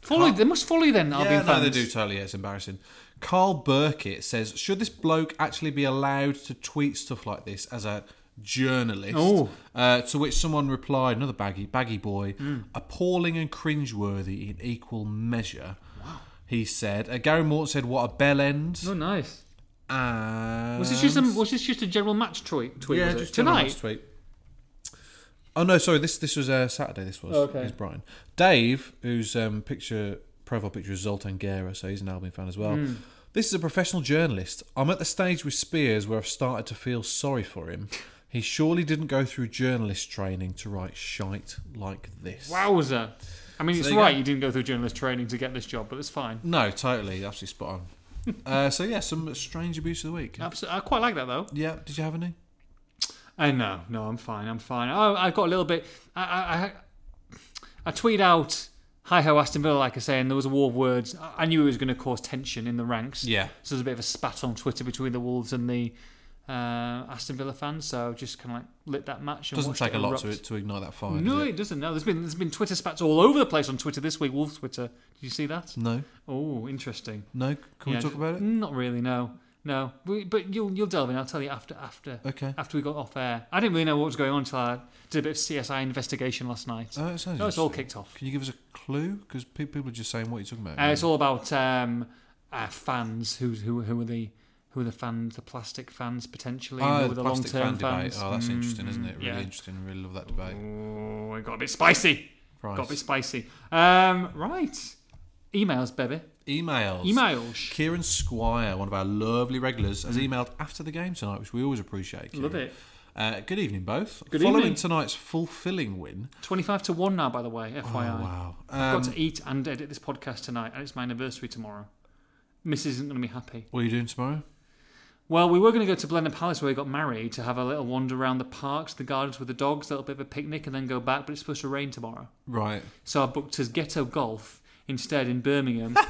[SPEAKER 2] Follow. They must follow you then. I'll
[SPEAKER 3] yeah,
[SPEAKER 2] be
[SPEAKER 3] no, they do totally. Yeah, it's embarrassing. Carl Burkett says, should this bloke actually be allowed to tweet stuff like this as a journalist?
[SPEAKER 2] Oh.
[SPEAKER 3] Uh, to which someone replied, another baggy baggy boy,
[SPEAKER 2] Hmm.
[SPEAKER 3] appalling and cringeworthy in equal measure. He said, uh, Gary Mort said, what a bell end.
[SPEAKER 2] Oh, nice.
[SPEAKER 3] And
[SPEAKER 2] Was this just a, was this just a general match tweet? tweet
[SPEAKER 3] Um, yeah,
[SPEAKER 2] was it?
[SPEAKER 3] just general
[SPEAKER 2] tonight.
[SPEAKER 3] match tweet. Oh no, sorry. This this was uh, Saturday. This was
[SPEAKER 2] Oh, Okay.
[SPEAKER 3] He's Brighton. Dave, whose um, picture profile picture is Zoltan Guerra, so he's an Albion fan as well.
[SPEAKER 2] Hmm.
[SPEAKER 3] This is a professional journalist. I'm at the stage with Spears where I've started to feel sorry for him. He surely didn't go through journalist training to write shite like this.
[SPEAKER 2] Wowzer. I mean, it's
[SPEAKER 3] there you
[SPEAKER 2] right.
[SPEAKER 3] go.
[SPEAKER 2] You didn't go through journalist training to get this job, but it's fine.
[SPEAKER 3] No, totally, absolutely spot on. uh, so yeah, some strange abuse of the week.
[SPEAKER 2] Absolutely. I quite like that though.
[SPEAKER 3] Yeah, did you have any?
[SPEAKER 2] Uh, no, no, I'm fine. I'm fine. Oh, I got a little bit. I, I, I, I tweeted out "Hi ho, Aston Villa," like I say, and there was a war of words. I- I knew it was going to cause tension in the ranks.
[SPEAKER 3] Yeah.
[SPEAKER 2] So there's a bit of a spat on Twitter between the Wolves and the uh, Aston Villa fans. So just kind of like lit that match. And
[SPEAKER 3] Doesn't
[SPEAKER 2] watched
[SPEAKER 3] take
[SPEAKER 2] it
[SPEAKER 3] a lot
[SPEAKER 2] erupt.
[SPEAKER 3] to to ignite that fire.
[SPEAKER 2] No,
[SPEAKER 3] does
[SPEAKER 2] it?
[SPEAKER 3] it?
[SPEAKER 2] doesn't. No, there's been there's been Twitter spats all over the place on Twitter this week. Wolves Twitter. Did you see that?
[SPEAKER 3] no,
[SPEAKER 2] Oh, interesting.
[SPEAKER 3] no. Can
[SPEAKER 2] Yeah,
[SPEAKER 3] we talk about it?
[SPEAKER 2] Not really. No. No, we, but you'll you'll delve in. I'll tell you after after
[SPEAKER 3] Okay.
[SPEAKER 2] after we got off air. I didn't really know what was going on until I did a bit of CSI investigation last night.
[SPEAKER 3] Oh, it sounds
[SPEAKER 2] no, it's all
[SPEAKER 3] interesting.
[SPEAKER 2] kicked off.
[SPEAKER 3] Can you give us a clue? Because people are just saying what you're talking about.
[SPEAKER 2] Uh, it's all about um, uh, fans who who who are the who are the fans, the plastic fans potentially, and
[SPEAKER 3] oh,
[SPEAKER 2] who are
[SPEAKER 3] the
[SPEAKER 2] the long
[SPEAKER 3] plastic fan
[SPEAKER 2] term
[SPEAKER 3] debate.
[SPEAKER 2] fans. Mm,
[SPEAKER 3] Oh, that's interesting, isn't it? Really
[SPEAKER 2] yeah.
[SPEAKER 3] interesting. Really love that debate.
[SPEAKER 2] Oh, it got a bit spicy.
[SPEAKER 3] Right.
[SPEAKER 2] Got a bit spicy. Um, right, emails, baby,
[SPEAKER 3] Emails.
[SPEAKER 2] emails.
[SPEAKER 3] Kieran Squire, one of our lovely regulars, has emailed after the game tonight, which we always appreciate. Kieran.
[SPEAKER 2] Mm. Love it.
[SPEAKER 3] Uh, good evening, both.
[SPEAKER 2] Good
[SPEAKER 3] Following
[SPEAKER 2] evening.
[SPEAKER 3] tonight's fulfilling win.
[SPEAKER 2] Twenty-five to one now, by the way. FYI.
[SPEAKER 3] Oh, wow.
[SPEAKER 2] I've
[SPEAKER 3] Um,
[SPEAKER 2] got to eat and edit this podcast tonight, and it's my anniversary tomorrow. Mrs. isn't going to be happy.
[SPEAKER 3] what are you doing tomorrow?
[SPEAKER 2] Well, we were going to go to Blenheim Palace where we got married to have a little wander around the parks, the gardens with the dogs, a little bit of a picnic, and then go back, but it's supposed to rain tomorrow.
[SPEAKER 3] Right.
[SPEAKER 2] So I booked as ghetto golf instead in Birmingham. Uh,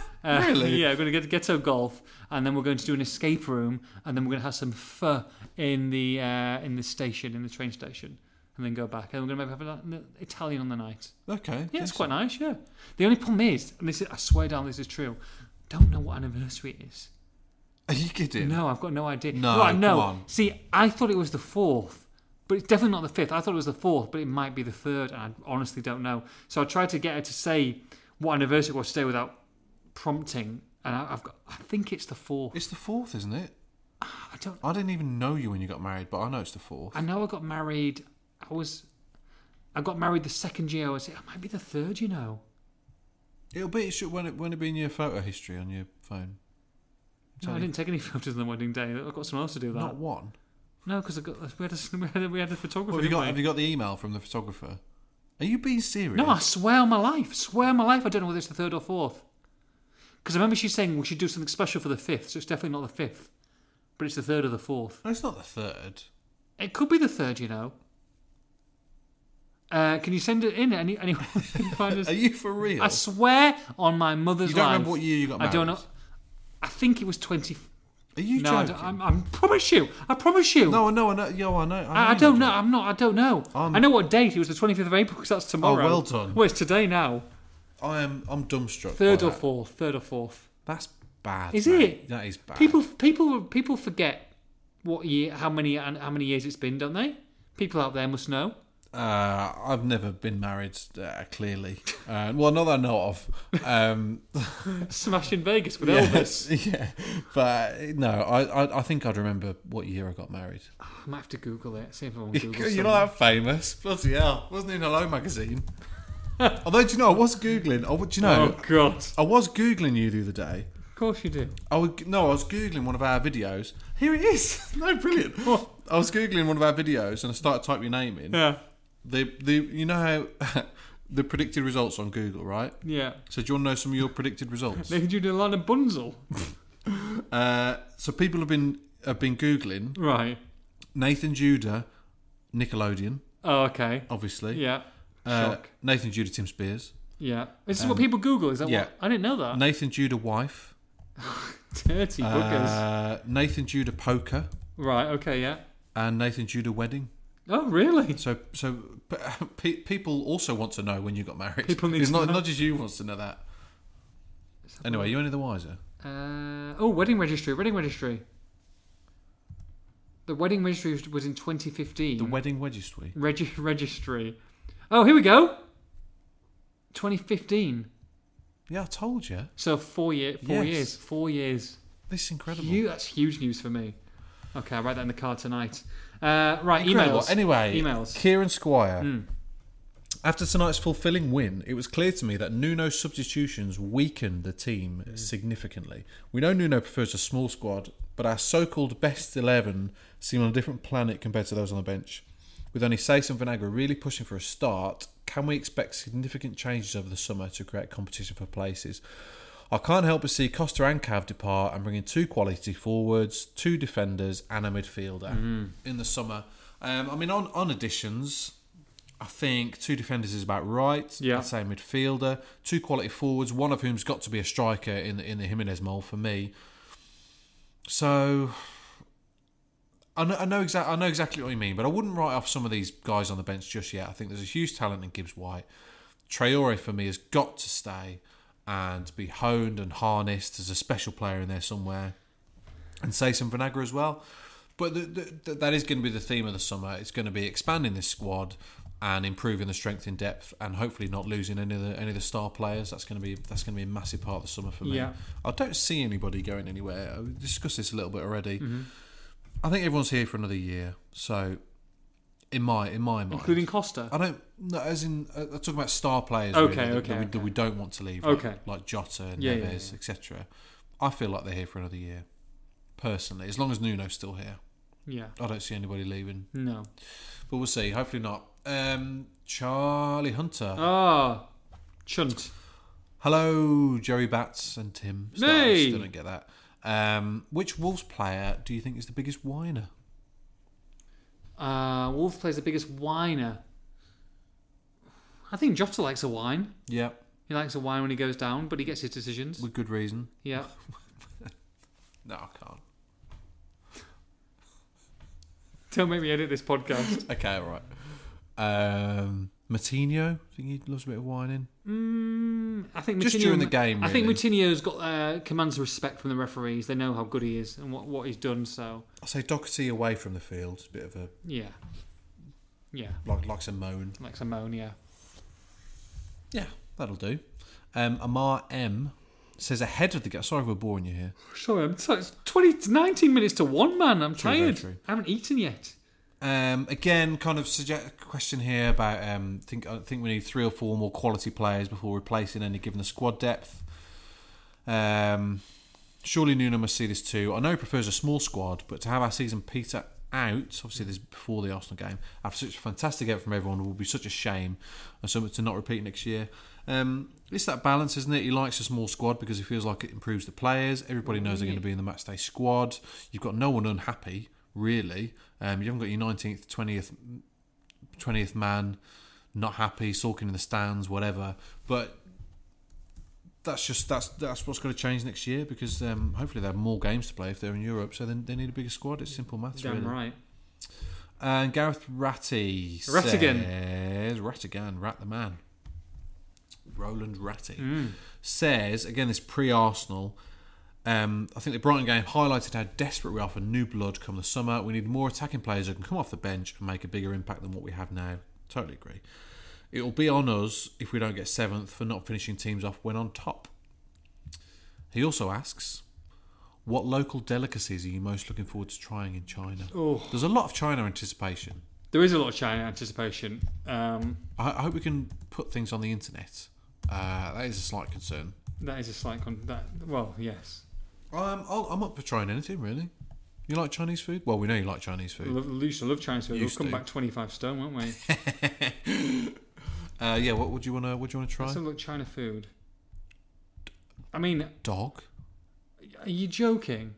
[SPEAKER 3] Really?
[SPEAKER 2] Yeah, we're going to get ghetto golf, and then we're going to do an escape room, and then we're going to have some pho in the uh, in the station, in the train station, and then go back. And we're going to maybe have an Italian on the night.
[SPEAKER 3] Okay.
[SPEAKER 2] Yeah, it's
[SPEAKER 3] decent.
[SPEAKER 2] quite nice. Yeah. The only problem is, and this is, I swear down, this is true. Don't know what anniversary it is.
[SPEAKER 3] Are you kidding?
[SPEAKER 2] No, I've got no idea.
[SPEAKER 3] No,
[SPEAKER 2] right, no.
[SPEAKER 3] come on.
[SPEAKER 2] See, I thought it was the fourth, but it's definitely not the fifth. I thought it was the fourth, but it might be the third, and I honestly don't know. So I tried to get her to say what anniversary it was today without prompting, and I, I've got. I think it's the fourth.
[SPEAKER 3] It's the fourth, isn't it?
[SPEAKER 2] I don't.
[SPEAKER 3] I didn't even know you when you got married, but I know it's the fourth.
[SPEAKER 2] I know I got married. I was. I got married the second year. I was. It might be the third. You know.
[SPEAKER 3] It'll be it should, when it when it be in your photo history on your phone.
[SPEAKER 2] No, I didn't take any photos on the wedding day. I've got someone else to do that.
[SPEAKER 3] Not one.
[SPEAKER 2] No, because we had a we had a, we had a photographer.
[SPEAKER 3] Well, have you
[SPEAKER 2] didn't
[SPEAKER 3] got have
[SPEAKER 2] we?
[SPEAKER 3] you got the email from the photographer? Are you being serious?
[SPEAKER 2] No, I swear on my life, swear on my life, I don't know whether it's the third or fourth. Because I remember she's saying we should do something special for the fifth, so it's definitely not the fifth, but it's the third or the fourth.
[SPEAKER 3] No, it's not the third.
[SPEAKER 2] It could be the third, you know. Uh, can you send it in? Any anyone can find us?
[SPEAKER 3] Are you for real?
[SPEAKER 2] I swear on my mother's
[SPEAKER 3] You don't
[SPEAKER 2] life.
[SPEAKER 3] remember what year you got
[SPEAKER 2] I don't know.
[SPEAKER 3] married?
[SPEAKER 2] I think it was twenty.
[SPEAKER 3] Are you
[SPEAKER 2] no, I
[SPEAKER 3] joking?
[SPEAKER 2] don't, I'm, I'm promise you. I promise you.
[SPEAKER 3] no, I know, I know. Yo, I know. I, know
[SPEAKER 2] I, I
[SPEAKER 3] you
[SPEAKER 2] don't
[SPEAKER 3] did.
[SPEAKER 2] know. I'm not. I don't know.
[SPEAKER 3] I'm- Oh,
[SPEAKER 2] I know what date. It was the 25th of April because that's tomorrow.
[SPEAKER 3] well done.
[SPEAKER 2] Well, it's today now.
[SPEAKER 3] I am. I'm dumbstruck.
[SPEAKER 2] Third
[SPEAKER 3] by
[SPEAKER 2] or
[SPEAKER 3] that.
[SPEAKER 2] fourth. Third or fourth.
[SPEAKER 3] That's bad.
[SPEAKER 2] Is
[SPEAKER 3] mate.
[SPEAKER 2] it?
[SPEAKER 3] That is bad.
[SPEAKER 2] People, people, people forget what year, how many, and how many years it's been, don't they? People out there must know.
[SPEAKER 3] Uh, I've never been married. Uh, clearly. Uh, well, not that I know of. Um,
[SPEAKER 2] Smash in Vegas with Elvis.
[SPEAKER 3] yes. Yeah. But uh, no, I, I I think I'd remember what year I got married.
[SPEAKER 2] I might have to Google it. See if I want to Google.
[SPEAKER 3] You're
[SPEAKER 2] something.
[SPEAKER 3] not that famous. Bloody hell. Wasn't in Hello magazine. Although, do you know, I was Googling. Oh, do you know?
[SPEAKER 2] Oh God!
[SPEAKER 3] I was Googling you the other day.
[SPEAKER 2] Of course you do.
[SPEAKER 3] I would, no, I was Googling one of our videos. Here it is. no, brilliant. I was Googling one of our videos and I started typing your name in.
[SPEAKER 2] Yeah,
[SPEAKER 3] The, the, you know how the predicted results on Google, right?
[SPEAKER 2] yeah.
[SPEAKER 3] So, do you want to know some of your predicted results?
[SPEAKER 2] They could do the line of Bunzel,
[SPEAKER 3] Uh, so, people have been have been Googling
[SPEAKER 2] right?
[SPEAKER 3] Nathan Judah, Nickelodeon,
[SPEAKER 2] Oh, okay.
[SPEAKER 3] obviously.
[SPEAKER 2] Yeah.
[SPEAKER 3] Uh,
[SPEAKER 2] Shock.
[SPEAKER 3] Nathan Judah, Tim Spears.
[SPEAKER 2] Yeah. This is what people Google. Is that
[SPEAKER 3] Um, yeah.
[SPEAKER 2] what? I didn't know that.
[SPEAKER 3] Nathan Judah, wife.
[SPEAKER 2] Dirty bookers.
[SPEAKER 3] Uh, Nathan Judah poker
[SPEAKER 2] right. Okay. Yeah.
[SPEAKER 3] and Nathan Judah wedding.
[SPEAKER 2] Oh, really?
[SPEAKER 3] So, so pe- people also want to know when you got married.
[SPEAKER 2] People need
[SPEAKER 3] it's
[SPEAKER 2] to
[SPEAKER 3] not
[SPEAKER 2] know.
[SPEAKER 3] not just you wants to know that. Anyway, you any the wiser?
[SPEAKER 2] Uh, oh, wedding registry, wedding registry. The wedding registry was- was in 2015.
[SPEAKER 3] The wedding registry.
[SPEAKER 2] Regi- registry. Oh, here we go. 2015.
[SPEAKER 3] Yeah, I told you.
[SPEAKER 2] So four year, four
[SPEAKER 3] Yes.
[SPEAKER 2] years, four years.
[SPEAKER 3] This is incredible.
[SPEAKER 2] You, that's huge news for me. Okay, I'll write that in the card tonight. Uh, right,
[SPEAKER 3] Incredible.
[SPEAKER 2] emails.
[SPEAKER 3] Anyway,
[SPEAKER 2] emails.
[SPEAKER 3] Kieran Squire. After tonight's fulfilling win, it was clear to me that Nuno's substitutions weakened the team significantly. We know Nuno prefers a small squad, but our so-called best eleven seem on a different planet compared to those on the bench. With only Sace and Vinagre really pushing for a start, can we expect significant changes over the summer to create competition for places? I can't help but see Costa and Cav depart and bring in two quality forwards, two defenders, and a midfielder in the summer. Um, I mean, on, on additions, I think two defenders is about right.
[SPEAKER 2] Yeah.
[SPEAKER 3] I'd say midfielder, two quality forwards, one of whom's got to be a striker in the, in the Jimenez mold for me. So I know, I know exactly. I know exactly what you mean, but I wouldn't write off some of these guys on the bench just yet. I think there's a huge talent in Gibbs White. Traore for me has got to stay and be honed and harnessed as a special player in there somewhere. and Sason Vanagra as well. But the, the, th that is going to be the theme of the summer. It's going to be expanding this squad and improving the strength in depth, and hopefully not losing any of the any of the star players. That's going to be that's going to be a massive part of the summer for me.
[SPEAKER 2] Yeah.
[SPEAKER 3] I don't see anybody going anywhere. We discussed this a little bit already. I think everyone's here for another year. So in my in my mind,
[SPEAKER 2] including Costa.
[SPEAKER 3] I don't. No, as in, uh, I'm talking about star players.
[SPEAKER 2] Okay,
[SPEAKER 3] really, that-
[SPEAKER 2] okay,
[SPEAKER 3] that we, that
[SPEAKER 2] okay.
[SPEAKER 3] we don't want to leave.
[SPEAKER 2] Okay.
[SPEAKER 3] like, like Jota and
[SPEAKER 2] Yeah, yeah,
[SPEAKER 3] Neves, etc. I feel like they're here for another year. Personally, as long as Nuno's still here,
[SPEAKER 2] Yeah.
[SPEAKER 3] I don't see anybody leaving.
[SPEAKER 2] No.
[SPEAKER 3] But we'll see. Hopefully not. Um, Charlie Hunter.
[SPEAKER 2] Ah, chunt.
[SPEAKER 3] Hello, Jerry Batts and Tim. Still,
[SPEAKER 2] Hey.
[SPEAKER 3] still don't get that. Um, which Wolves player do you think is the biggest whiner?
[SPEAKER 2] Uh, Wolf plays the biggest whiner. I think Jota likes a wine.
[SPEAKER 3] Yeah,
[SPEAKER 2] He likes a wine when he goes down, but he gets his decisions.
[SPEAKER 3] with good reason.
[SPEAKER 2] Yeah.
[SPEAKER 3] No, I can't.
[SPEAKER 2] Don't make me edit this podcast.
[SPEAKER 3] Okay, all right. Um, Matinho, I think he loves a bit of whining.
[SPEAKER 2] Mm, I think
[SPEAKER 3] Just
[SPEAKER 2] Moutinho-
[SPEAKER 3] during the game,
[SPEAKER 2] I think
[SPEAKER 3] really.
[SPEAKER 2] Moutinho's got uh, commands respect from the referees. They know how good he is and what, what he's done. So
[SPEAKER 3] I'll say Doherty away from the field, a bit of a
[SPEAKER 2] yeah, yeah,
[SPEAKER 3] like likes a moan.
[SPEAKER 2] like ammonia.
[SPEAKER 3] Yeah, that'll do. Um, Amar M says ahead of the game. Sorry if we're boring you here.
[SPEAKER 2] Sorry, I'm t- it's 20, 19 minutes to one, man. I'm
[SPEAKER 3] True, very
[SPEAKER 2] tired.
[SPEAKER 3] true.
[SPEAKER 2] I haven't eaten yet.
[SPEAKER 3] Um, again, kind of suggest question here about um, think I think we need three or four more quality players before replacing any given the squad depth. Um, surely Nuno must see this too. I know he prefers a small squad, but to have our season peter out, obviously this is before the Arsenal game, after such a fantastic effort from everyone, will be such a shame and something to not repeat next year. Um, it's that balance, isn't it? He likes a small squad because he feels like it improves the players. Everybody knows they're going to be in the matchday squad. You've got no one unhappy, really. Um, you haven't got your 19th, 20th, 20th man not happy, sulking in the stands, whatever. But that's just that's that's what's going to change next year because um, hopefully they have more games to play if they're in Europe. So then they need a bigger squad. It's simple maths,
[SPEAKER 2] Damn
[SPEAKER 3] really.
[SPEAKER 2] right.
[SPEAKER 3] And Gareth Ratty
[SPEAKER 2] Rattigan.
[SPEAKER 3] says Rattigan, Rat the man. Roland Ratty says again this pre-Arsenal. Um, I think the Brighton game highlighted how desperate we are for new blood come the summer. We need more attacking players who can come off the bench and make a bigger impact than what we have now. Totally agree. It will be on us if we don't get seventh for not finishing teams off when on top. He also asks, "What local delicacies are you most looking forward to trying in China?"
[SPEAKER 2] Oh.
[SPEAKER 3] There's a lot of China anticipation.
[SPEAKER 2] There is a lot of China anticipation. Um,
[SPEAKER 3] I, I hope we can put things on the internet. Uh, that is a slight concern.
[SPEAKER 2] that is a slight con- that. Well, yes.
[SPEAKER 3] Um, I'll, I'm up for trying anything really. You like Chinese food? Well, we know you like Chinese
[SPEAKER 2] We
[SPEAKER 3] food.
[SPEAKER 2] love- we used to love Chinese food. We'll
[SPEAKER 3] Used
[SPEAKER 2] come
[SPEAKER 3] to.
[SPEAKER 2] back 25 stone, won't we?
[SPEAKER 3] Uh, yeah. What would you want to? Would you want to try?
[SPEAKER 2] Let's have a look China food. I mean,
[SPEAKER 3] Dog?
[SPEAKER 2] are you joking?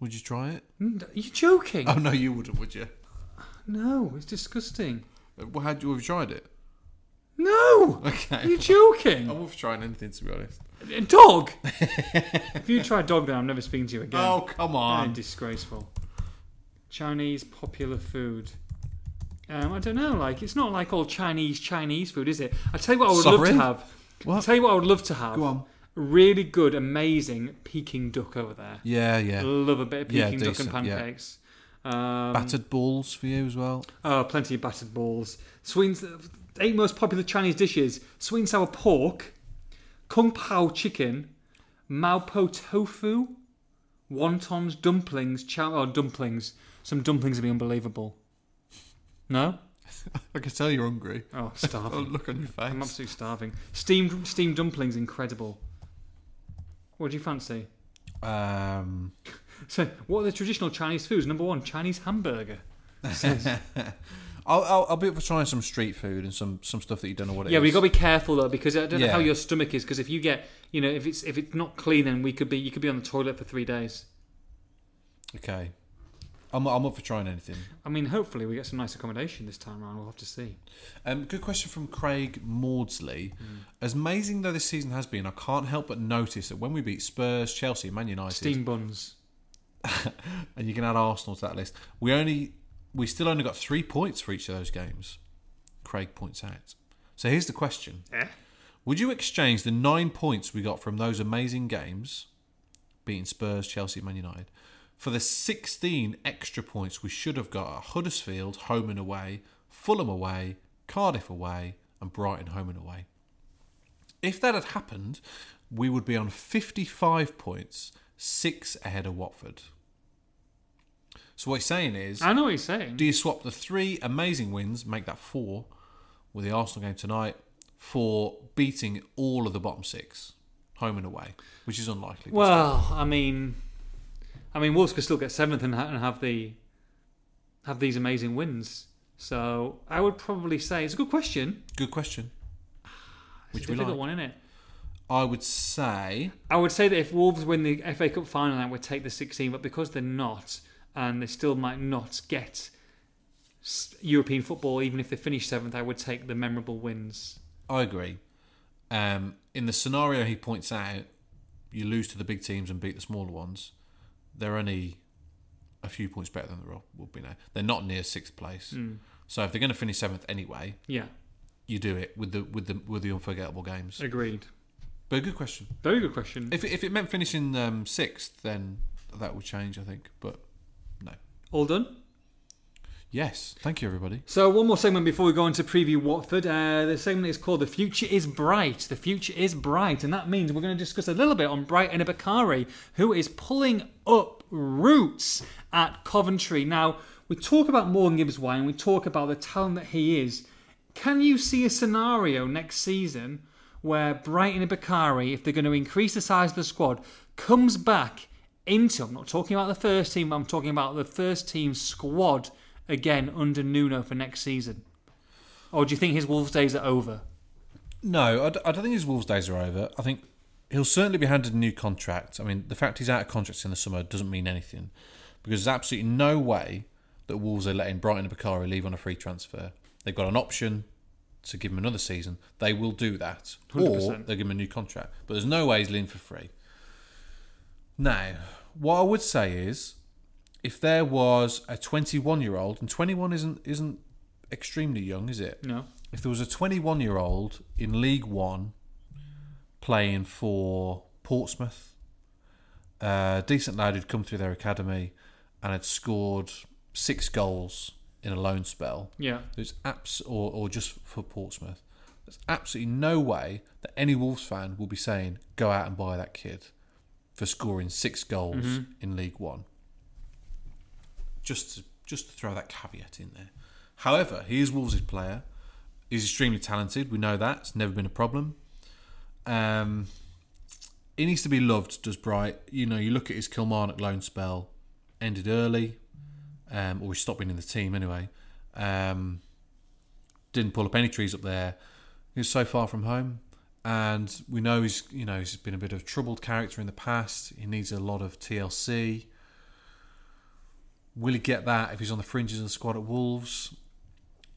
[SPEAKER 3] Would you try it?
[SPEAKER 2] N- Are you joking?
[SPEAKER 3] Oh no, you wouldn't, would you?
[SPEAKER 2] No, it's disgusting.
[SPEAKER 3] Uh, Well, had you have you tried it?
[SPEAKER 2] No! Are
[SPEAKER 3] Okay. Oh.
[SPEAKER 2] you joking?
[SPEAKER 3] I'm up for trying anything to be honest.
[SPEAKER 2] A Dog! if you try dog, then I'm never speaking to you again.
[SPEAKER 3] Oh come
[SPEAKER 2] That is
[SPEAKER 3] on!
[SPEAKER 2] disgraceful. Chinese popular food. Um, I don't know. Like, it's not like all Chinese Chinese food, is it? I tell you what, I would love
[SPEAKER 3] Sorry?
[SPEAKER 2] to have. I
[SPEAKER 3] What?
[SPEAKER 2] tell you what, I would love to have.
[SPEAKER 3] Go on.
[SPEAKER 2] Really good, amazing Peking duck over there.
[SPEAKER 3] Yeah, yeah.
[SPEAKER 2] Love a bit of
[SPEAKER 3] Yeah,
[SPEAKER 2] Peking duck and
[SPEAKER 3] decent, yeah.
[SPEAKER 2] pancakes. Um,
[SPEAKER 3] Battered balls for you as well.
[SPEAKER 2] Oh, plenty of battered balls. Sweden's eight most popular Chinese dishes: sweet and sour pork, kung pao chicken, mao po tofu, wontons, dumplings, chow oh, dumplings. Some dumplings would be unbelievable. No?
[SPEAKER 3] I can tell you're hungry.
[SPEAKER 2] Oh,
[SPEAKER 3] Oh,
[SPEAKER 2] starving.
[SPEAKER 3] look on your face.
[SPEAKER 2] I'm absolutely starving. Steamed steamed dumplings, incredible. What do you fancy?
[SPEAKER 3] Um,
[SPEAKER 2] So, what are the traditional Chinese foods? Number one, Chinese hamburger. Says-
[SPEAKER 3] I'll, I'll, I'll be up for trying some street food and some, some stuff that you don't know what it
[SPEAKER 2] Yeah, but you
[SPEAKER 3] is.
[SPEAKER 2] got to be careful though, because I don't know
[SPEAKER 3] Yeah.
[SPEAKER 2] how your stomach is. Because if you get, you know, if it's if it's not clean, then we could be you could be on the toilet for three days.
[SPEAKER 3] okay. I'm, I'm up for trying anything.
[SPEAKER 2] I mean, hopefully we get some nice accommodation this time around. We'll have to see.
[SPEAKER 3] Um, good question from Craig Maudsley. As amazing though this season has been, I can't help but notice that when we beat Spurs, Chelsea, and Man United,
[SPEAKER 2] Steam buns.
[SPEAKER 3] and you can add Arsenal to that list, we only we still only got three points for each of those games. Craig points out. So here's the question:
[SPEAKER 2] Eh?
[SPEAKER 3] Would you exchange the nine points we got from those amazing games, beating Spurs, Chelsea, Man United, For the 16 extra points we should have got at Huddersfield, home and away, Fulham away, Cardiff away, and Brighton home and away. If that had happened, we would be on 55 points, six ahead of Watford. So what he's saying is,
[SPEAKER 2] I know what he's saying.
[SPEAKER 3] do you swap the three amazing wins, make that four, with the Arsenal game tonight, for beating all of the bottom six, home and away, which is unlikely.
[SPEAKER 2] Well, I mean, I mean, Wolves could still get seventh and, ha- and have the have these amazing wins. So I would probably say it's a good question.
[SPEAKER 3] good question.
[SPEAKER 2] It's
[SPEAKER 3] Which
[SPEAKER 2] a
[SPEAKER 3] we
[SPEAKER 2] difficult
[SPEAKER 3] like.
[SPEAKER 2] one, isn't it?
[SPEAKER 3] I would say
[SPEAKER 2] I would say that if Wolves win the FA Cup final, that would take the 16, but because they're not, and they still might not get s- European football, even if they finish seventh, I would take the memorable wins.
[SPEAKER 3] I agree. Um, in the scenario he points out, you lose to the big teams and beat the smaller ones. They're only a few points better than the Rob would be now. They're not near sixth place. So if they're going to finish seventh anyway,
[SPEAKER 2] Yeah,
[SPEAKER 3] you do it with the with the with the unforgettable games.
[SPEAKER 2] agreed.
[SPEAKER 3] But a good question.
[SPEAKER 2] Very good question.
[SPEAKER 3] If it, if it meant finishing um, sixth, then that would change, I think. But no.
[SPEAKER 2] All done.
[SPEAKER 3] Yes. Thank you, everybody.
[SPEAKER 2] So one more segment before we go on to preview Watford. Uh, the segment is called "The Future Is Bright." The future is bright, and that means we're going to discuss a little bit on Brighton Ibakari, who is pulling up roots at Coventry. Now we talk about Morgan Gibbs-White, and we talk about the talent that he is. Can you see a scenario next season where Brighton Ibakari, if they're going to increase the size of the squad, comes back into, I'm not talking about the first team, I'm talking about the first team squad again under Nuno for next season? Or do you think his Wolves days are over?
[SPEAKER 3] No, I, d- I don't think his Wolves days are over. I think he'll certainly be handed a new contract. I mean, the fact he's out of contracts in the summer doesn't mean anything because there's absolutely no way that Wolves are letting Brighton and Bakari leave on a free transfer. They've got an option to give him another season. They will do that, or
[SPEAKER 2] 100%.
[SPEAKER 3] they'll give him a new contract. But there's no way he's leaving for free. Now, what I would say is, if there was a 21 year old, and 21 isn't isn't extremely young, is it?
[SPEAKER 2] No.
[SPEAKER 3] if there was a 21 year old in League One playing for Portsmouth, a decent lad who'd come through their academy and had scored six goals in a loan spell,
[SPEAKER 2] Yeah.
[SPEAKER 3] there's abs- or, or just for Portsmouth, there's absolutely no way that any Wolves fan will be saying, go out and buy that kid for scoring six goals in League One. Just to, just to throw that caveat in there. However, he is Wolves' player. He's extremely talented. We know that. It's never been a problem. Um, he needs to be loved, does Bright. You know, you look at his Kilmarnock loan spell, ended early, um, or he stopped being in the team anyway. Um, didn't pull up any trees up there. He was so far from home, and we know he's you know he's been a bit of a troubled character in the past. He needs a lot of TLC. Will he get that if he's on the fringes of the squad at Wolves?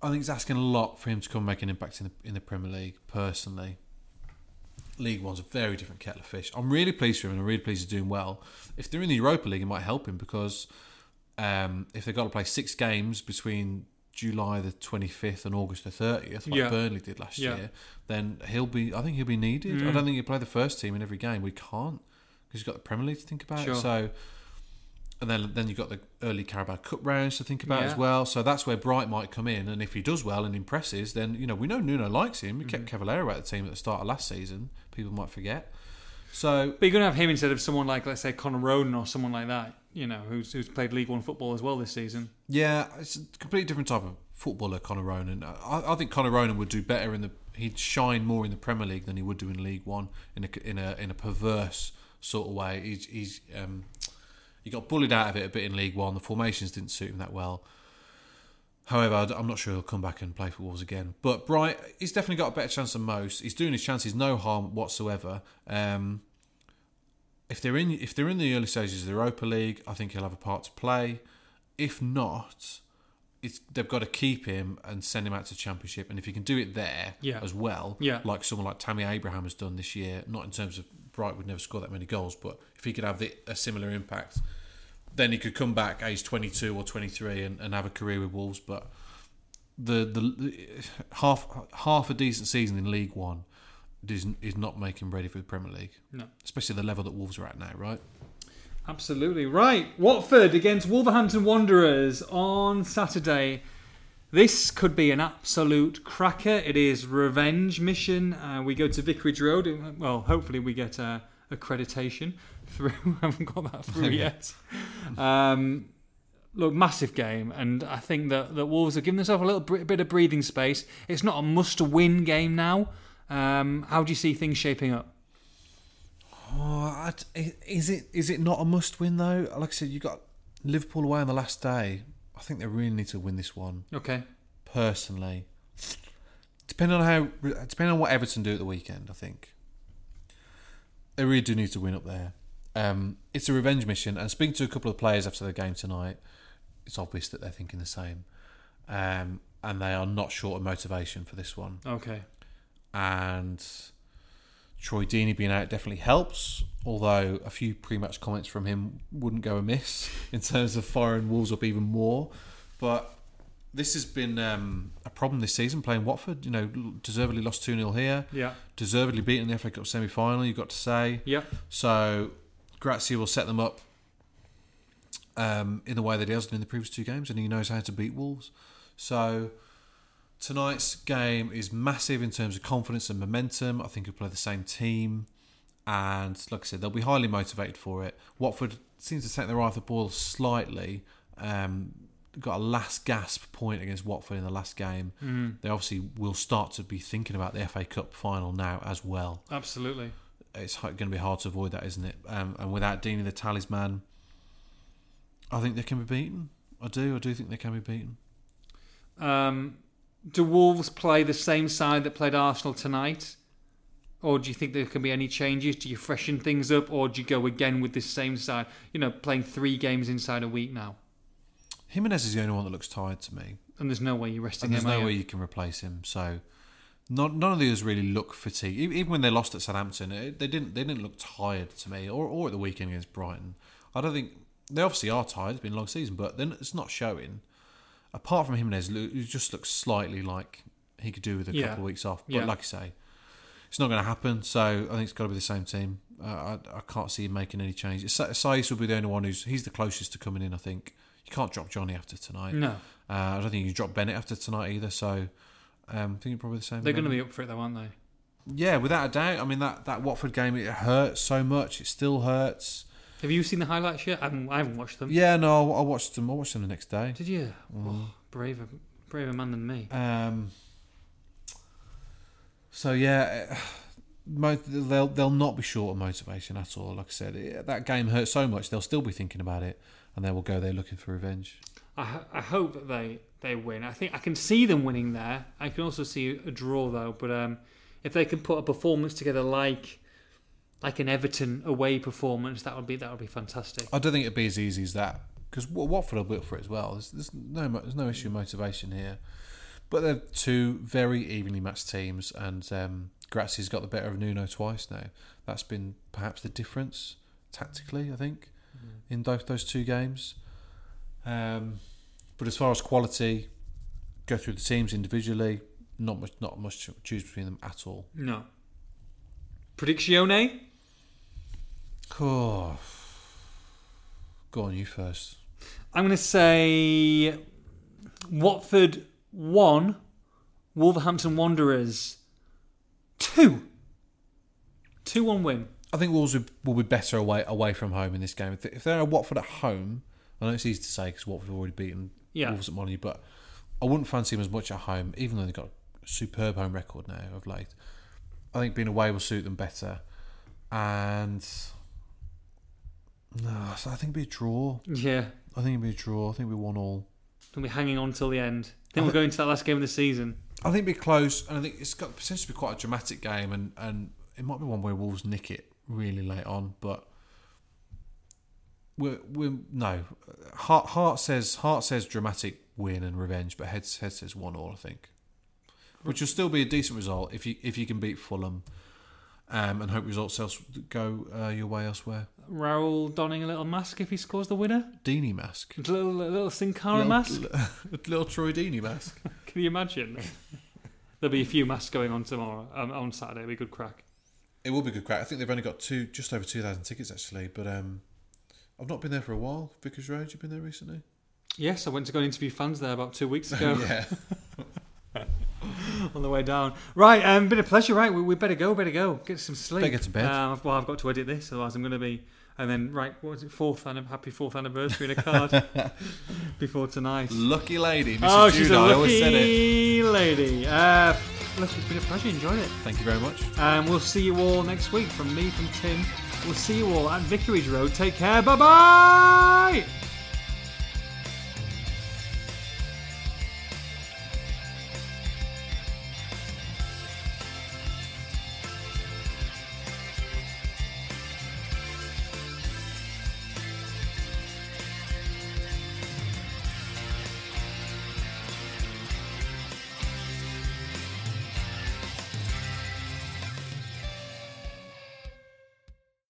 [SPEAKER 3] I think it's asking a lot for him to come and make an impact in the in the Premier League. Personally, League One's a very different kettle of fish. I'm really pleased for him, and I'm really pleased he's doing well. If they're in the Europa League, it might help him because um, if they've got to play six games between July the 25th and August the 30th, like
[SPEAKER 2] Yeah.
[SPEAKER 3] Burnley did last
[SPEAKER 2] Yeah. Mm.
[SPEAKER 3] year, then he'll be. I think he'll be needed. I don't think he'll play the first team in every game. We can't because he's got the Premier League to think about.
[SPEAKER 2] Sure.
[SPEAKER 3] So, and then then you've got the early Carabao Cup rounds to think about
[SPEAKER 2] Yeah.
[SPEAKER 3] as well. So that's where Bright might come in. And if he does well and impresses, then you know we know Nuno likes him. We kept Cavallero out of the team at the start of last season. People might forget. So
[SPEAKER 2] But you're going to have him instead of someone like, let's say, Conor Roden or someone like that, you know, who's, who's played League One football as well this season.
[SPEAKER 3] Yeah, it's a completely different type of footballer, Conor Ronan. I, I think Conor Ronan would do better in the. He'd shine more in the Premier League than he would do in League One in a in a in a perverse sort of way. He's, he's um, he got bullied out of it a bit in League One. The formations didn't suit him that well. However, I d- I'm not sure he'll come back and play for Wolves again. But Bright, he's definitely got a better chance than most. He's doing his chances no harm whatsoever. Um, if they're in if they're in the early stages of the Europa League, I think he'll have a part to play. If not, it's they've got to keep him and send him out to Championship. And if he can do it there
[SPEAKER 2] Yeah.
[SPEAKER 3] as well,
[SPEAKER 2] Yeah.
[SPEAKER 3] like someone like Tammy Abraham has done this year, not in terms of Bright would never score that many goals, but if he could have the, a similar impact, then he could come back age 22 or 23 and, and have a career with Wolves. But the, the the half half a decent season in League One is is not making ready for the Premier League.
[SPEAKER 2] No.
[SPEAKER 3] especially the level that Wolves are at now, right?
[SPEAKER 2] Absolutely right. Watford against Wolverhampton Wanderers on Saturday. This could be an absolute cracker. It is revenge mission. Uh, we go to Vicarage Road. Well, hopefully we get uh, accreditation through. I haven't got that through yet. Um, look, massive game, and I think that that Wolves have given themselves a little br- bit of breathing space. It's not a must-win game now. Um, how do you see things shaping up?
[SPEAKER 3] Oh, I t- is it is it not a must win though? Like I said, you got Liverpool away on the last day. I think they really need to win this one.
[SPEAKER 2] Okay.
[SPEAKER 3] Personally, depending on how depending on what Everton do at the weekend, I think they really do need to win up there. Um, it's a revenge mission, and speaking to a couple of players after the game tonight, it's obvious that they're thinking the same, um, and they are not short of motivation for this one
[SPEAKER 2] Okay.
[SPEAKER 3] and Troy Deeney being out definitely helps, although a few pre-match comments from him wouldn't go amiss in terms of firing Wolves up even more. But this has been um, a problem this season playing Watford. You know, deservedly lost 2-0 here,
[SPEAKER 2] Yeah.
[SPEAKER 3] deservedly beaten in the FA Cup semi-final, you've got to say.
[SPEAKER 2] Yeah.
[SPEAKER 3] So Grazia will set them up um, in the way that he has done in the previous two games, and he knows how to beat Wolves. So tonight's game is massive in terms of confidence and momentum. I think he'll play the same team, and like I said, they'll be highly motivated for it. Watford seems to take their eye off the ball slightly. Um, got a last gasp point against Watford in the last game. They obviously will start to be thinking about the FA Cup final now as well
[SPEAKER 2] Absolutely.
[SPEAKER 3] it's going to be hard to avoid that, isn't it? Um, and without Deeney the talisman, I think they can be beaten. I do. I do think they can be beaten.
[SPEAKER 2] Um, do Wolves play the same side that played Arsenal tonight? Or do you think there can be any changes? Do you freshen things up or do you go again with this same side? You know, playing three games inside a week now.
[SPEAKER 3] Jimenez is the only one that looks tired to me,
[SPEAKER 2] And there's no way you're resting
[SPEAKER 3] and there's
[SPEAKER 2] him. are
[SPEAKER 3] no
[SPEAKER 2] you?
[SPEAKER 3] way you can replace him. So, not, none of the others really look fatigued. E- Even when they lost at Southampton, it, they didn't. They didn't look tired to me, or, or at the weekend against Brighton. I don't think they obviously are tired. It's been a long season, but then it's not showing. Apart from Jimenez, lo- who just looks slightly like he could do with a
[SPEAKER 2] Yeah.
[SPEAKER 3] couple of weeks off. But
[SPEAKER 2] Yeah.
[SPEAKER 3] like I say, it's not going to happen. So I think it's got to be the same team. Uh, I, I can't see him making any changes. Sa- Saiz will be the only one who's he's the closest to coming in. I think you can't drop Johnny after tonight.
[SPEAKER 2] No.
[SPEAKER 3] uh, I don't think you can drop Bennett after tonight either. So um, I think you're probably the same.
[SPEAKER 2] They're going to be up for it though, aren't they?
[SPEAKER 3] yeah, without a doubt. I mean that that Watford game it hurts so much. It still hurts.
[SPEAKER 2] Have you seen the highlights yet? I haven't, I haven't watched them.
[SPEAKER 3] Yeah, no, I watched them. I watched them the next day.
[SPEAKER 2] Did you? Oh, braver, braver man than me.
[SPEAKER 3] Um, so yeah, eh, mo- they'll they'll not be short of motivation at all. Like I said, it, that game hurt so much they'll still be thinking about it, and they will go there looking for revenge.
[SPEAKER 2] I, ho- I hope that they, they win. I think I can see them winning there. I can also see a draw though. But um, if they can put a performance together like like an Everton away performance, that would be that would be fantastic.
[SPEAKER 3] I don't think it'd be as easy as that because Watford will be up for it as well. There's, there's no mo- there's no issue of motivation here, but they're two very evenly matched teams, and um, Grazia's got the better of Nuno twice now. That's been perhaps the difference tactically, I think, in both those two games. Um, but as far as quality, go through the teams individually. Not much, not much to choose between them at all.
[SPEAKER 2] No. Prediction?
[SPEAKER 3] Cool. Go on, you first.
[SPEAKER 2] I'm going to say Watford 1, Wolverhampton Wanderers 2. 2 1 win.
[SPEAKER 3] I think Wolves will will be better away away from home in this game. If- If they're at Watford at home, I know it's easy to say because Watford have already beaten
[SPEAKER 2] Yeah.
[SPEAKER 3] Wolves at Molyneux, but I wouldn't fancy them as much at home, even though they've got a superb home record now of late. I think being away will suit them better. And no, so I think it'd be a draw.
[SPEAKER 2] Yeah.
[SPEAKER 3] I think it'd be a draw. I think it'd be one all.
[SPEAKER 2] We'll be hanging on till the end. Then we'll go into that last game of the season.
[SPEAKER 3] I think it'd be close, and I think it's got potential to be quite a dramatic game, and, and it might be one where Wolves nick it really late on, but we're, we're no. Hart, Hart says Hart says dramatic win and revenge, but head, head says one all, I think, which will still be a decent result if you if you can beat Fulham, um, and hope results else go uh, your way elsewhere.
[SPEAKER 2] Raul donning a little mask if he scores the winner.
[SPEAKER 3] Deeney mask,
[SPEAKER 2] A little, a little Sin Cara
[SPEAKER 3] Little-
[SPEAKER 2] mask.
[SPEAKER 3] little Troy Deeney mask.
[SPEAKER 2] Can you imagine? There'll be a few masks going on tomorrow, um, on Saturday. It'll be good crack.
[SPEAKER 3] It will be a good crack. I think they've only got two, just over two thousand tickets actually, but um, I I've not been there for a while. Vickers Road, you've been there recently?
[SPEAKER 2] Yes, I went to go and interview fans there about two weeks ago
[SPEAKER 3] Yeah.
[SPEAKER 2] on the way down. Right, um, been a pleasure. Right, we, we better go, better go, get some sleep.
[SPEAKER 3] Better get to bed.
[SPEAKER 2] Um, well, I've got to edit this, otherwise I'm going to be. And then, right, what was it? Fourth and happy fourth anniversary in a card before tonight.
[SPEAKER 3] lucky lady, Mrs.
[SPEAKER 2] oh, she's
[SPEAKER 3] Judah,
[SPEAKER 2] a
[SPEAKER 3] I always said it.
[SPEAKER 2] lucky lady. Uh, look, it's been a pleasure. Enjoyed it.
[SPEAKER 3] Thank you very much.
[SPEAKER 2] And we'll see you all next week. From me, from Tim. We'll see you all at Vicarage Road. Take care. Bye bye.